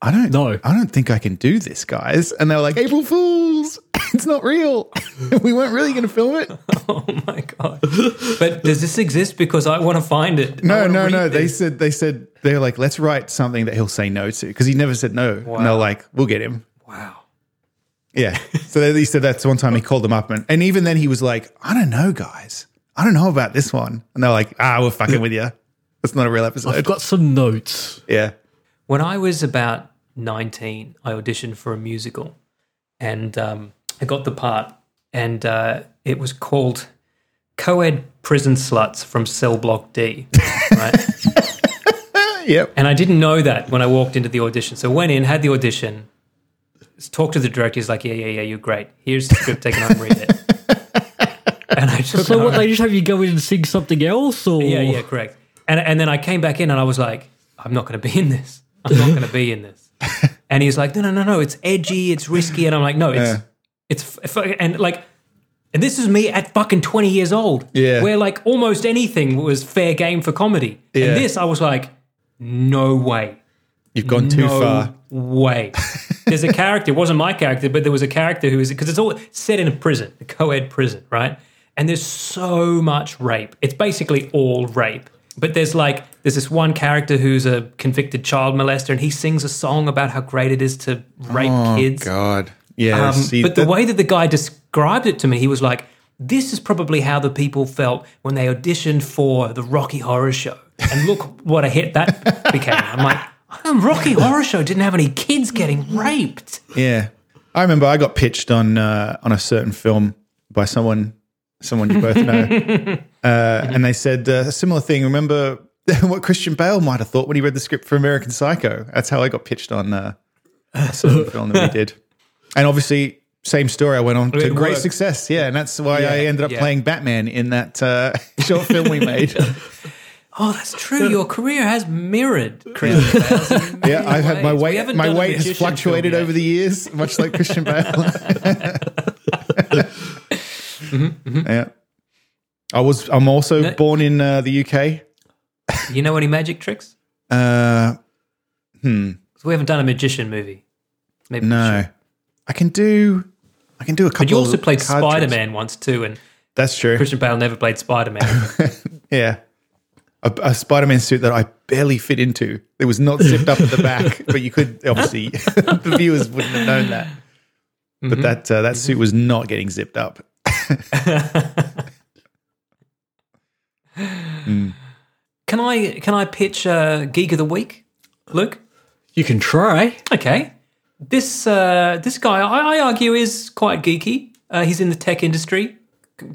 [SPEAKER 2] "I don't
[SPEAKER 3] No.
[SPEAKER 2] I don't think I can do this, guys." And they were like, "April Fools! [laughs] It's not real. [laughs] we weren't really going to film it."
[SPEAKER 1] Oh my God. But does this exist? Because I want to find it. I
[SPEAKER 2] No,
[SPEAKER 1] wanna
[SPEAKER 2] no,
[SPEAKER 1] read
[SPEAKER 2] no. They
[SPEAKER 1] this.
[SPEAKER 2] said they said they were like, "Let's write something that he'll say no to," because he never said no. And they're like, "We'll get him."
[SPEAKER 1] Wow.
[SPEAKER 2] Yeah. So they, he said that's one time he called them up, and, and even then he was like, "I don't know, guys. I don't know about this one." And they're like, "Ah, we're fucking with you. That's not a real episode."
[SPEAKER 3] I've got some notes.
[SPEAKER 2] yeah.
[SPEAKER 1] When I was about 19, I auditioned for a musical and um, I got the part, and uh, it was called Coed Prison Sluts from Cell Block D. Right?
[SPEAKER 2] Yep.
[SPEAKER 1] and I didn't know that when I walked into the audition. So went in, had the audition, talked to the director. He's like, "Yeah, yeah, yeah, you're great. Here's the script. Take it home, read it." And I took it
[SPEAKER 3] So
[SPEAKER 1] home.
[SPEAKER 3] what? They just have you go in and sing something else, or
[SPEAKER 1] Uh-huh. Yeah, yeah, correct. And and then I came back in and I was like, I'm not going to be in this. I'm not going to be in
[SPEAKER 2] [laughs]
[SPEAKER 1] this. And he's like, No, no, no, no. It's edgy. It's risky. And I'm like, No, it's it's f- f- and like, and this is me at fucking 20 years old.
[SPEAKER 2] Yeah.
[SPEAKER 1] where like almost anything was fair game for comedy.
[SPEAKER 2] Yeah.
[SPEAKER 1] And this, I was like, No way.
[SPEAKER 2] You've gone too
[SPEAKER 1] no
[SPEAKER 2] far.
[SPEAKER 1] way. There's a character, it wasn't my character, but there was a character who is, because it's all set in a prison, a co ed prison, right? And there's so much rape. It's basically all rape. But there's like, there's this one character who's a convicted child molester and he sings a song about how great it is to rape kids.
[SPEAKER 2] God. Yeah.
[SPEAKER 1] Um,
[SPEAKER 2] see,
[SPEAKER 1] but the
[SPEAKER 2] that-
[SPEAKER 1] way that the guy described it to me, he was like, "This is probably how the people felt when they auditioned for the Rocky Horror Show." And look what a hit that [laughs] became. I'm like, "Um, Rocky Horror Show didn't have any kids getting raped.
[SPEAKER 2] Yeah. I remember I got pitched on uh, on a certain film by someone someone you both know,
[SPEAKER 1] [laughs]
[SPEAKER 2] uh, and they said uh, a similar thing. Remember [laughs] what Christian Bale might have thought when he read the script for American Psycho? That's how I got pitched on uh,
[SPEAKER 1] [laughs]
[SPEAKER 2] a certain film that we did, and obviously. Same story. I went on to
[SPEAKER 1] It
[SPEAKER 2] great
[SPEAKER 1] worked.
[SPEAKER 2] success, yeah, and that's why I ended up
[SPEAKER 1] yeah.
[SPEAKER 2] playing Batman in that uh, [laughs] short film
[SPEAKER 1] [laughs]
[SPEAKER 2] we made.
[SPEAKER 1] Oh, that's true. Your career has mirrored Christian Bale's in many
[SPEAKER 2] Yeah, I've had my
[SPEAKER 1] ways. We
[SPEAKER 2] weight.
[SPEAKER 1] haven't
[SPEAKER 2] My
[SPEAKER 1] done a
[SPEAKER 2] weight has
[SPEAKER 1] magician
[SPEAKER 2] fluctuated
[SPEAKER 1] film yet.
[SPEAKER 2] over the years, much like Christian Bale. Mm-hmm, Yeah, I was. I'm also born in uh, the UK.
[SPEAKER 1] You know any magic tricks?
[SPEAKER 2] Uh,
[SPEAKER 1] 'Cause we haven't done a magician movie. Maybe we should.
[SPEAKER 2] no, I can do. I can do a couple.
[SPEAKER 1] But you also
[SPEAKER 2] of
[SPEAKER 1] played
[SPEAKER 2] card
[SPEAKER 1] Spider
[SPEAKER 2] tricks.
[SPEAKER 1] Man once too, and
[SPEAKER 2] That's true.
[SPEAKER 1] Christian Bale never played Spider Man.
[SPEAKER 2] [laughs] Yeah, a, a Spider-Man suit that I barely fit into. It was not zipped up at
[SPEAKER 1] [laughs]
[SPEAKER 2] the back, but you could obviously [laughs] the viewers wouldn't have known that.
[SPEAKER 1] Mm-hmm.
[SPEAKER 2] But that uh, that suit was not getting zipped up.
[SPEAKER 1] Can I can I pitch uh, geek of the week, Luke?
[SPEAKER 3] you can try.
[SPEAKER 1] Okay, this uh, this guy I, I argue is quite geeky. Uh, he's in the tech industry,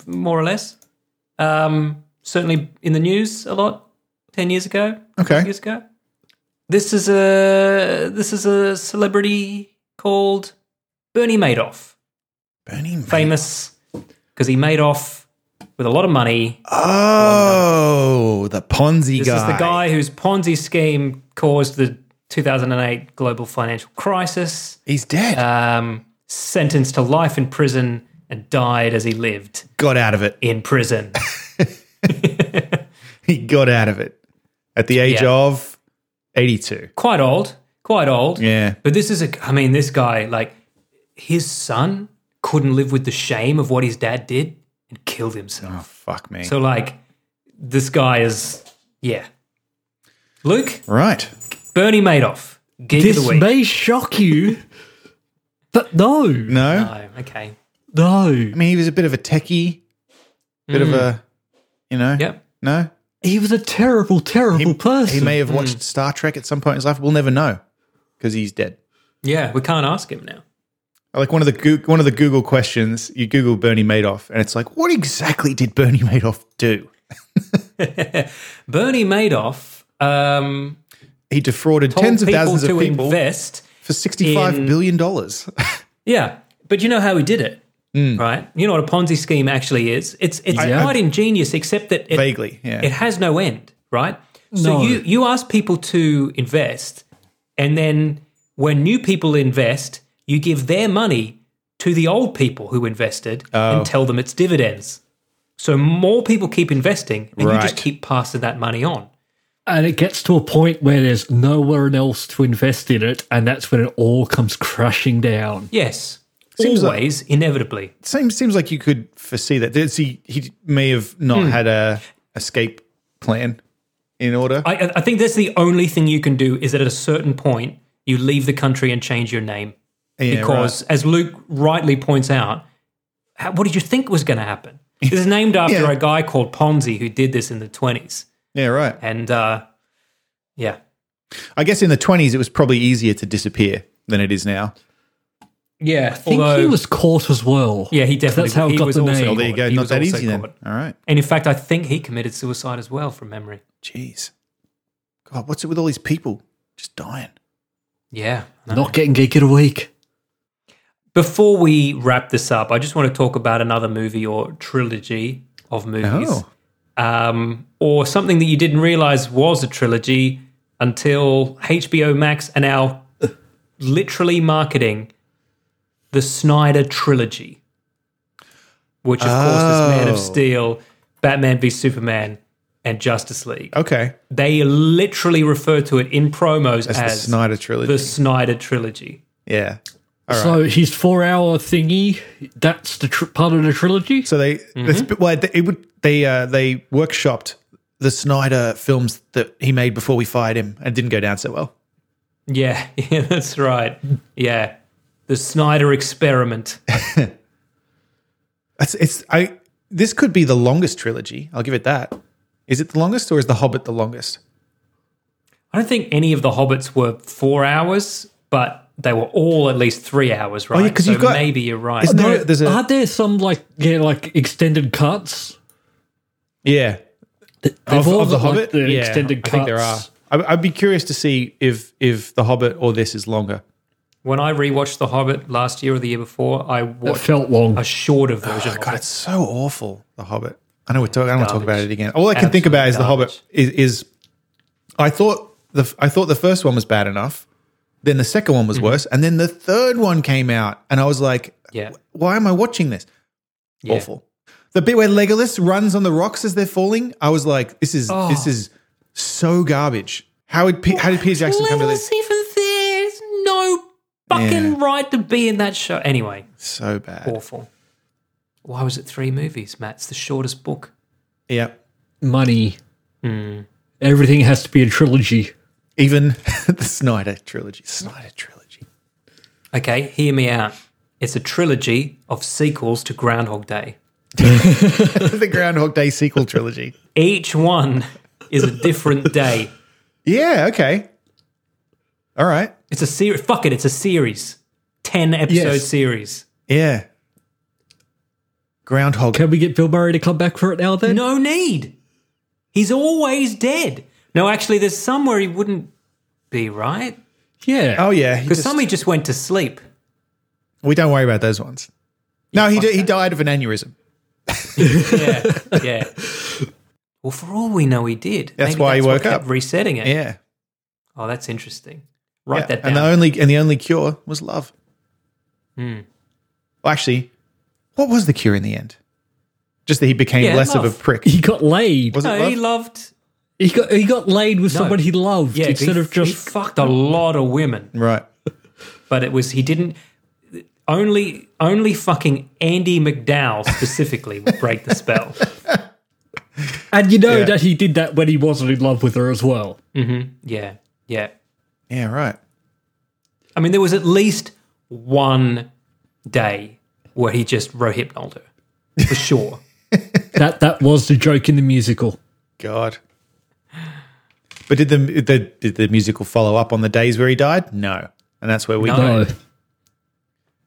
[SPEAKER 1] more or less. Um, certainly in the news a lot 10 years ago,
[SPEAKER 2] Okay.
[SPEAKER 1] years ago. This is a this is a celebrity called Bernie Madoff,
[SPEAKER 2] Bernie Mac.
[SPEAKER 1] famous because he made off with a lot of money.
[SPEAKER 2] Oh, the Ponzi
[SPEAKER 1] This
[SPEAKER 2] guy.
[SPEAKER 1] is the guy whose Ponzi scheme caused the 2008 global financial crisis.
[SPEAKER 2] He's dead.
[SPEAKER 1] Um, sentenced to life in prison and died as he lived
[SPEAKER 2] got out of it.
[SPEAKER 1] in
[SPEAKER 2] [laughs]
[SPEAKER 1] prison.
[SPEAKER 2] He got out of it at the age
[SPEAKER 1] Yeah.
[SPEAKER 2] of 82.
[SPEAKER 1] quite old, quite old.
[SPEAKER 2] Yeah.
[SPEAKER 1] But this is a, I mean, this guy, like, his son couldn't live with the shame of what his dad did and killed himself.
[SPEAKER 2] Oh, fuck me.
[SPEAKER 1] So, like, this guy is, yeah. Luke,
[SPEAKER 2] right.
[SPEAKER 1] Bernie Madoff, gig of
[SPEAKER 3] This
[SPEAKER 1] the week.
[SPEAKER 3] may
[SPEAKER 2] [laughs]
[SPEAKER 3] shock you, but no, no.
[SPEAKER 2] No?
[SPEAKER 1] oh, okay.
[SPEAKER 2] I mean, he was a bit of a techie, bit of a, you know?
[SPEAKER 1] Mm. Yep.
[SPEAKER 2] No?
[SPEAKER 3] He was a terrible, terrible person.
[SPEAKER 2] He may
[SPEAKER 1] Mm.
[SPEAKER 2] have watched Star Trek at some point in his life. We'll never know because he's dead.
[SPEAKER 1] Yeah, we can't ask him now.
[SPEAKER 2] Like one of the Goo- one of the Google questions, you Google Bernie Madoff, and it's like, what exactly did Bernie Madoff do?
[SPEAKER 1] Bernie Madoff um,
[SPEAKER 2] He defrauded
[SPEAKER 1] told
[SPEAKER 2] tens of
[SPEAKER 1] people
[SPEAKER 2] thousands
[SPEAKER 1] to
[SPEAKER 2] of people
[SPEAKER 1] invest
[SPEAKER 2] for sixty-five
[SPEAKER 1] in-
[SPEAKER 2] billion dollars. [laughs]
[SPEAKER 1] Yeah, but you know how he did it,
[SPEAKER 2] Hmm.
[SPEAKER 1] right? You know what a Ponzi scheme actually is. It's it's quite ingenious, except that it,
[SPEAKER 2] Vaguely, yeah.
[SPEAKER 1] it has no end, right? So
[SPEAKER 3] No.
[SPEAKER 1] you you ask people to invest, and then when new people invest, you give their money to the old people who invested
[SPEAKER 2] Oh.
[SPEAKER 1] and tell them it's dividends. So more people keep investing, and you just
[SPEAKER 2] Right.
[SPEAKER 1] keep passing that money on.
[SPEAKER 3] and it gets to a point where there's nowhere else to invest in it, and that's when it all comes crashing down.
[SPEAKER 1] Yes,
[SPEAKER 2] Seems like-
[SPEAKER 1] always, inevitably.
[SPEAKER 2] seems seems like you could foresee that. There's- He he may have not
[SPEAKER 1] Hmm.
[SPEAKER 2] had a escape plan in order.
[SPEAKER 1] I, I think that's the only thing you can do is that at a certain point you leave the country and change your name
[SPEAKER 2] Yeah,
[SPEAKER 1] because,
[SPEAKER 2] right.
[SPEAKER 1] as Luke rightly points out, how, what did you think was going to happen? It was named after
[SPEAKER 2] [laughs] Yeah.
[SPEAKER 1] a guy called Ponzi who did this in the twenties,
[SPEAKER 2] yeah, right.
[SPEAKER 1] and uh, yeah,
[SPEAKER 2] I guess in the twenties it was probably easier to disappear than it is now.
[SPEAKER 1] yeah.
[SPEAKER 3] I think
[SPEAKER 1] although,
[SPEAKER 3] he was caught as well.
[SPEAKER 1] yeah, he definitely
[SPEAKER 3] That's how it
[SPEAKER 1] he
[SPEAKER 3] got
[SPEAKER 1] was
[SPEAKER 3] the
[SPEAKER 1] also
[SPEAKER 3] name.
[SPEAKER 1] caught.
[SPEAKER 3] Oh,
[SPEAKER 2] Well, there you go.
[SPEAKER 1] He
[SPEAKER 2] Not
[SPEAKER 1] was
[SPEAKER 2] that
[SPEAKER 1] also
[SPEAKER 2] easy then.
[SPEAKER 1] caught.
[SPEAKER 2] All right.
[SPEAKER 1] And in fact, I think he committed suicide as well, from memory.
[SPEAKER 2] Jeez. God, what's it with all these people just dying?
[SPEAKER 1] Yeah.
[SPEAKER 3] Not getting geek of the week.
[SPEAKER 1] Before we wrap this up, I just want to talk about another movie or trilogy of movies.
[SPEAKER 2] Oh.
[SPEAKER 1] um, or something that you didn't realize was a trilogy until HBO Max are now literally marketing the Snyder trilogy, which of course is Man
[SPEAKER 2] Oh.
[SPEAKER 1] of Steel, Batman v Superman, and Justice League.
[SPEAKER 2] Okay.
[SPEAKER 1] They literally refer to it in promos as,
[SPEAKER 2] That's the Snyder trilogy.
[SPEAKER 1] the Snyder trilogy.
[SPEAKER 2] yeah.
[SPEAKER 3] So his four-hour thingy. That's the tr- part of the trilogy.
[SPEAKER 2] So they that's
[SPEAKER 1] Mm-hmm.
[SPEAKER 2] well, they- it would they uh, they workshopped the Snyder films that he made before we fired him and it didn't go down so well.
[SPEAKER 1] Yeah, [laughs] yeah, that's right. Yeah. The Snyder experiment.
[SPEAKER 2] It's, it's I this could be the longest trilogy. I'll give it that. Is it the longest or is the Hobbit the longest?
[SPEAKER 1] I don't think any of the Hobbits were four hours, but they were all at least three hours, right?
[SPEAKER 2] Oh, yeah, 'cause
[SPEAKER 1] so
[SPEAKER 2] you've got-
[SPEAKER 1] maybe you're right.
[SPEAKER 2] Isn't there,
[SPEAKER 3] No,
[SPEAKER 2] there's a
[SPEAKER 3] are there some like yeah, like extended cuts?
[SPEAKER 2] yeah of,
[SPEAKER 3] They've all
[SPEAKER 2] of the
[SPEAKER 3] got, like,
[SPEAKER 2] Hobbit.
[SPEAKER 3] the
[SPEAKER 2] yeah,
[SPEAKER 3] extended
[SPEAKER 2] I think there are.
[SPEAKER 3] cuts.
[SPEAKER 2] I, I'd be curious to see if if the Hobbit or this is longer.
[SPEAKER 1] When I rewatched The Hobbit last year or the year before, I
[SPEAKER 3] It
[SPEAKER 1] watched
[SPEAKER 3] felt long.
[SPEAKER 1] a shorter version. of
[SPEAKER 2] Oh, God,
[SPEAKER 1] it.
[SPEAKER 2] it's so awful. The Hobbit. I know we're talking. I don't want to talk about
[SPEAKER 1] Garbage.
[SPEAKER 2] it again. All I can think about is the
[SPEAKER 1] Absolute
[SPEAKER 2] Hobbit. Is, is I thought the I thought the first one was bad enough. Then the second one
[SPEAKER 3] Mm-hmm.
[SPEAKER 2] was worse, and then the third one came out, and I was like,
[SPEAKER 1] Yeah.
[SPEAKER 2] "Why am I watching this?
[SPEAKER 1] Yeah.
[SPEAKER 2] Awful." The bit where Legolas runs on the rocks as they're falling, I was like, "This is
[SPEAKER 1] Oh.
[SPEAKER 2] this is so garbage." How did P- how did Peter Jackson come to
[SPEAKER 1] Legolas
[SPEAKER 2] this?
[SPEAKER 1] even there's no fucking right to be in that show. Anyway,
[SPEAKER 2] So bad.
[SPEAKER 1] awful. Why was it three movies, Matt? It's the shortest book.
[SPEAKER 2] Yeah.
[SPEAKER 3] Money.
[SPEAKER 2] Hmm.
[SPEAKER 3] Everything has to be a trilogy.
[SPEAKER 2] Even [laughs] the Snyder trilogy. Snyder trilogy. [laughs]
[SPEAKER 1] Okay, hear me out. It's a trilogy of sequels to Groundhog Day.
[SPEAKER 2] the Groundhog Day sequel trilogy.
[SPEAKER 1] Each one [laughs] is a different day.
[SPEAKER 2] Yeah, okay. All right.
[SPEAKER 1] It's a series. Fuck it. It's a series. Ten episode
[SPEAKER 2] Yes.
[SPEAKER 1] series.
[SPEAKER 2] Yeah. Groundhog.
[SPEAKER 3] Can we get Bill Murray to come back for it now then?
[SPEAKER 1] No need. He's always dead. No, actually, there's somewhere he wouldn't be, right?
[SPEAKER 3] Yeah.
[SPEAKER 2] Oh yeah, he
[SPEAKER 1] Because
[SPEAKER 2] just,
[SPEAKER 1] some he just went to sleep.
[SPEAKER 2] we don't worry about those ones. No, he di- he died of an aneurysm.
[SPEAKER 1] Yeah,
[SPEAKER 2] [laughs]
[SPEAKER 1] yeah. Well, for all we know, he did.
[SPEAKER 2] That's why he
[SPEAKER 1] what
[SPEAKER 2] woke
[SPEAKER 1] kept
[SPEAKER 2] up.
[SPEAKER 1] Resetting it.
[SPEAKER 2] Yeah,
[SPEAKER 1] Oh, that's interesting. Write
[SPEAKER 2] yeah.
[SPEAKER 1] that down.
[SPEAKER 2] and the only and the only cure was love.
[SPEAKER 1] Hmm.
[SPEAKER 2] Well, actually, what was the cure in the end? Just that he
[SPEAKER 1] [laughs]
[SPEAKER 2] became
[SPEAKER 1] Yeah,
[SPEAKER 2] less of
[SPEAKER 1] love.
[SPEAKER 2] a prick.
[SPEAKER 3] He got laid.
[SPEAKER 2] Was it
[SPEAKER 1] no,
[SPEAKER 2] love?
[SPEAKER 1] he loved.
[SPEAKER 3] He got he got laid with someone he loved
[SPEAKER 1] Yeah,
[SPEAKER 3] instead
[SPEAKER 1] he,
[SPEAKER 3] of
[SPEAKER 1] he
[SPEAKER 3] just
[SPEAKER 1] fucked a lot of women.
[SPEAKER 2] right.
[SPEAKER 1] but it was he didn't only only fucking Andy McDowell specifically would break the spell.
[SPEAKER 3] and you know
[SPEAKER 2] Yeah.
[SPEAKER 3] that he did that when he wasn't in love with her as well.
[SPEAKER 1] Yeah, yeah.
[SPEAKER 2] Yeah, right.
[SPEAKER 1] I mean, there was at least one day where he just rohypnoled her for sure.
[SPEAKER 3] That that was the joke in the musical.
[SPEAKER 2] God. But did the, the did the musical follow up on the days where he died? No, and that's where we
[SPEAKER 1] No.
[SPEAKER 2] go.
[SPEAKER 3] No.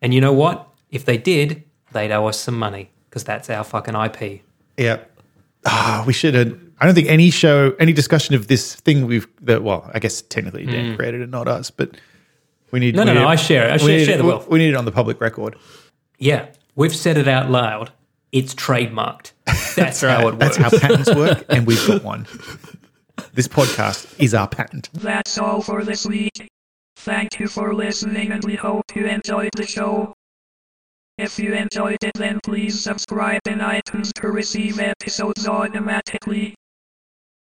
[SPEAKER 1] And you know what? If they did, they'd owe us some money because that's our fucking IP.
[SPEAKER 2] Yeah. Ah, we should have. I don't think any show, any discussion of this thing we've that. Well, I guess technically Dan created it, not us, but we need.
[SPEAKER 1] Hmm. No, no,
[SPEAKER 2] we
[SPEAKER 1] no,
[SPEAKER 2] need-
[SPEAKER 1] I share it. I
[SPEAKER 2] we
[SPEAKER 1] share-
[SPEAKER 2] need
[SPEAKER 1] share
[SPEAKER 2] it-
[SPEAKER 1] the
[SPEAKER 2] we-
[SPEAKER 1] wealth.
[SPEAKER 2] We need it on the public record.
[SPEAKER 1] Yeah, we've said it out loud. It's trademarked. That's, how it works.
[SPEAKER 2] That's how patents work, and we've
[SPEAKER 1] [laughs]
[SPEAKER 2] got one. This podcast is our patent.
[SPEAKER 5] That's all for this week. Thank you for listening and we hope you enjoyed the show. If you enjoyed it then please subscribe in iTunes to receive episodes automatically.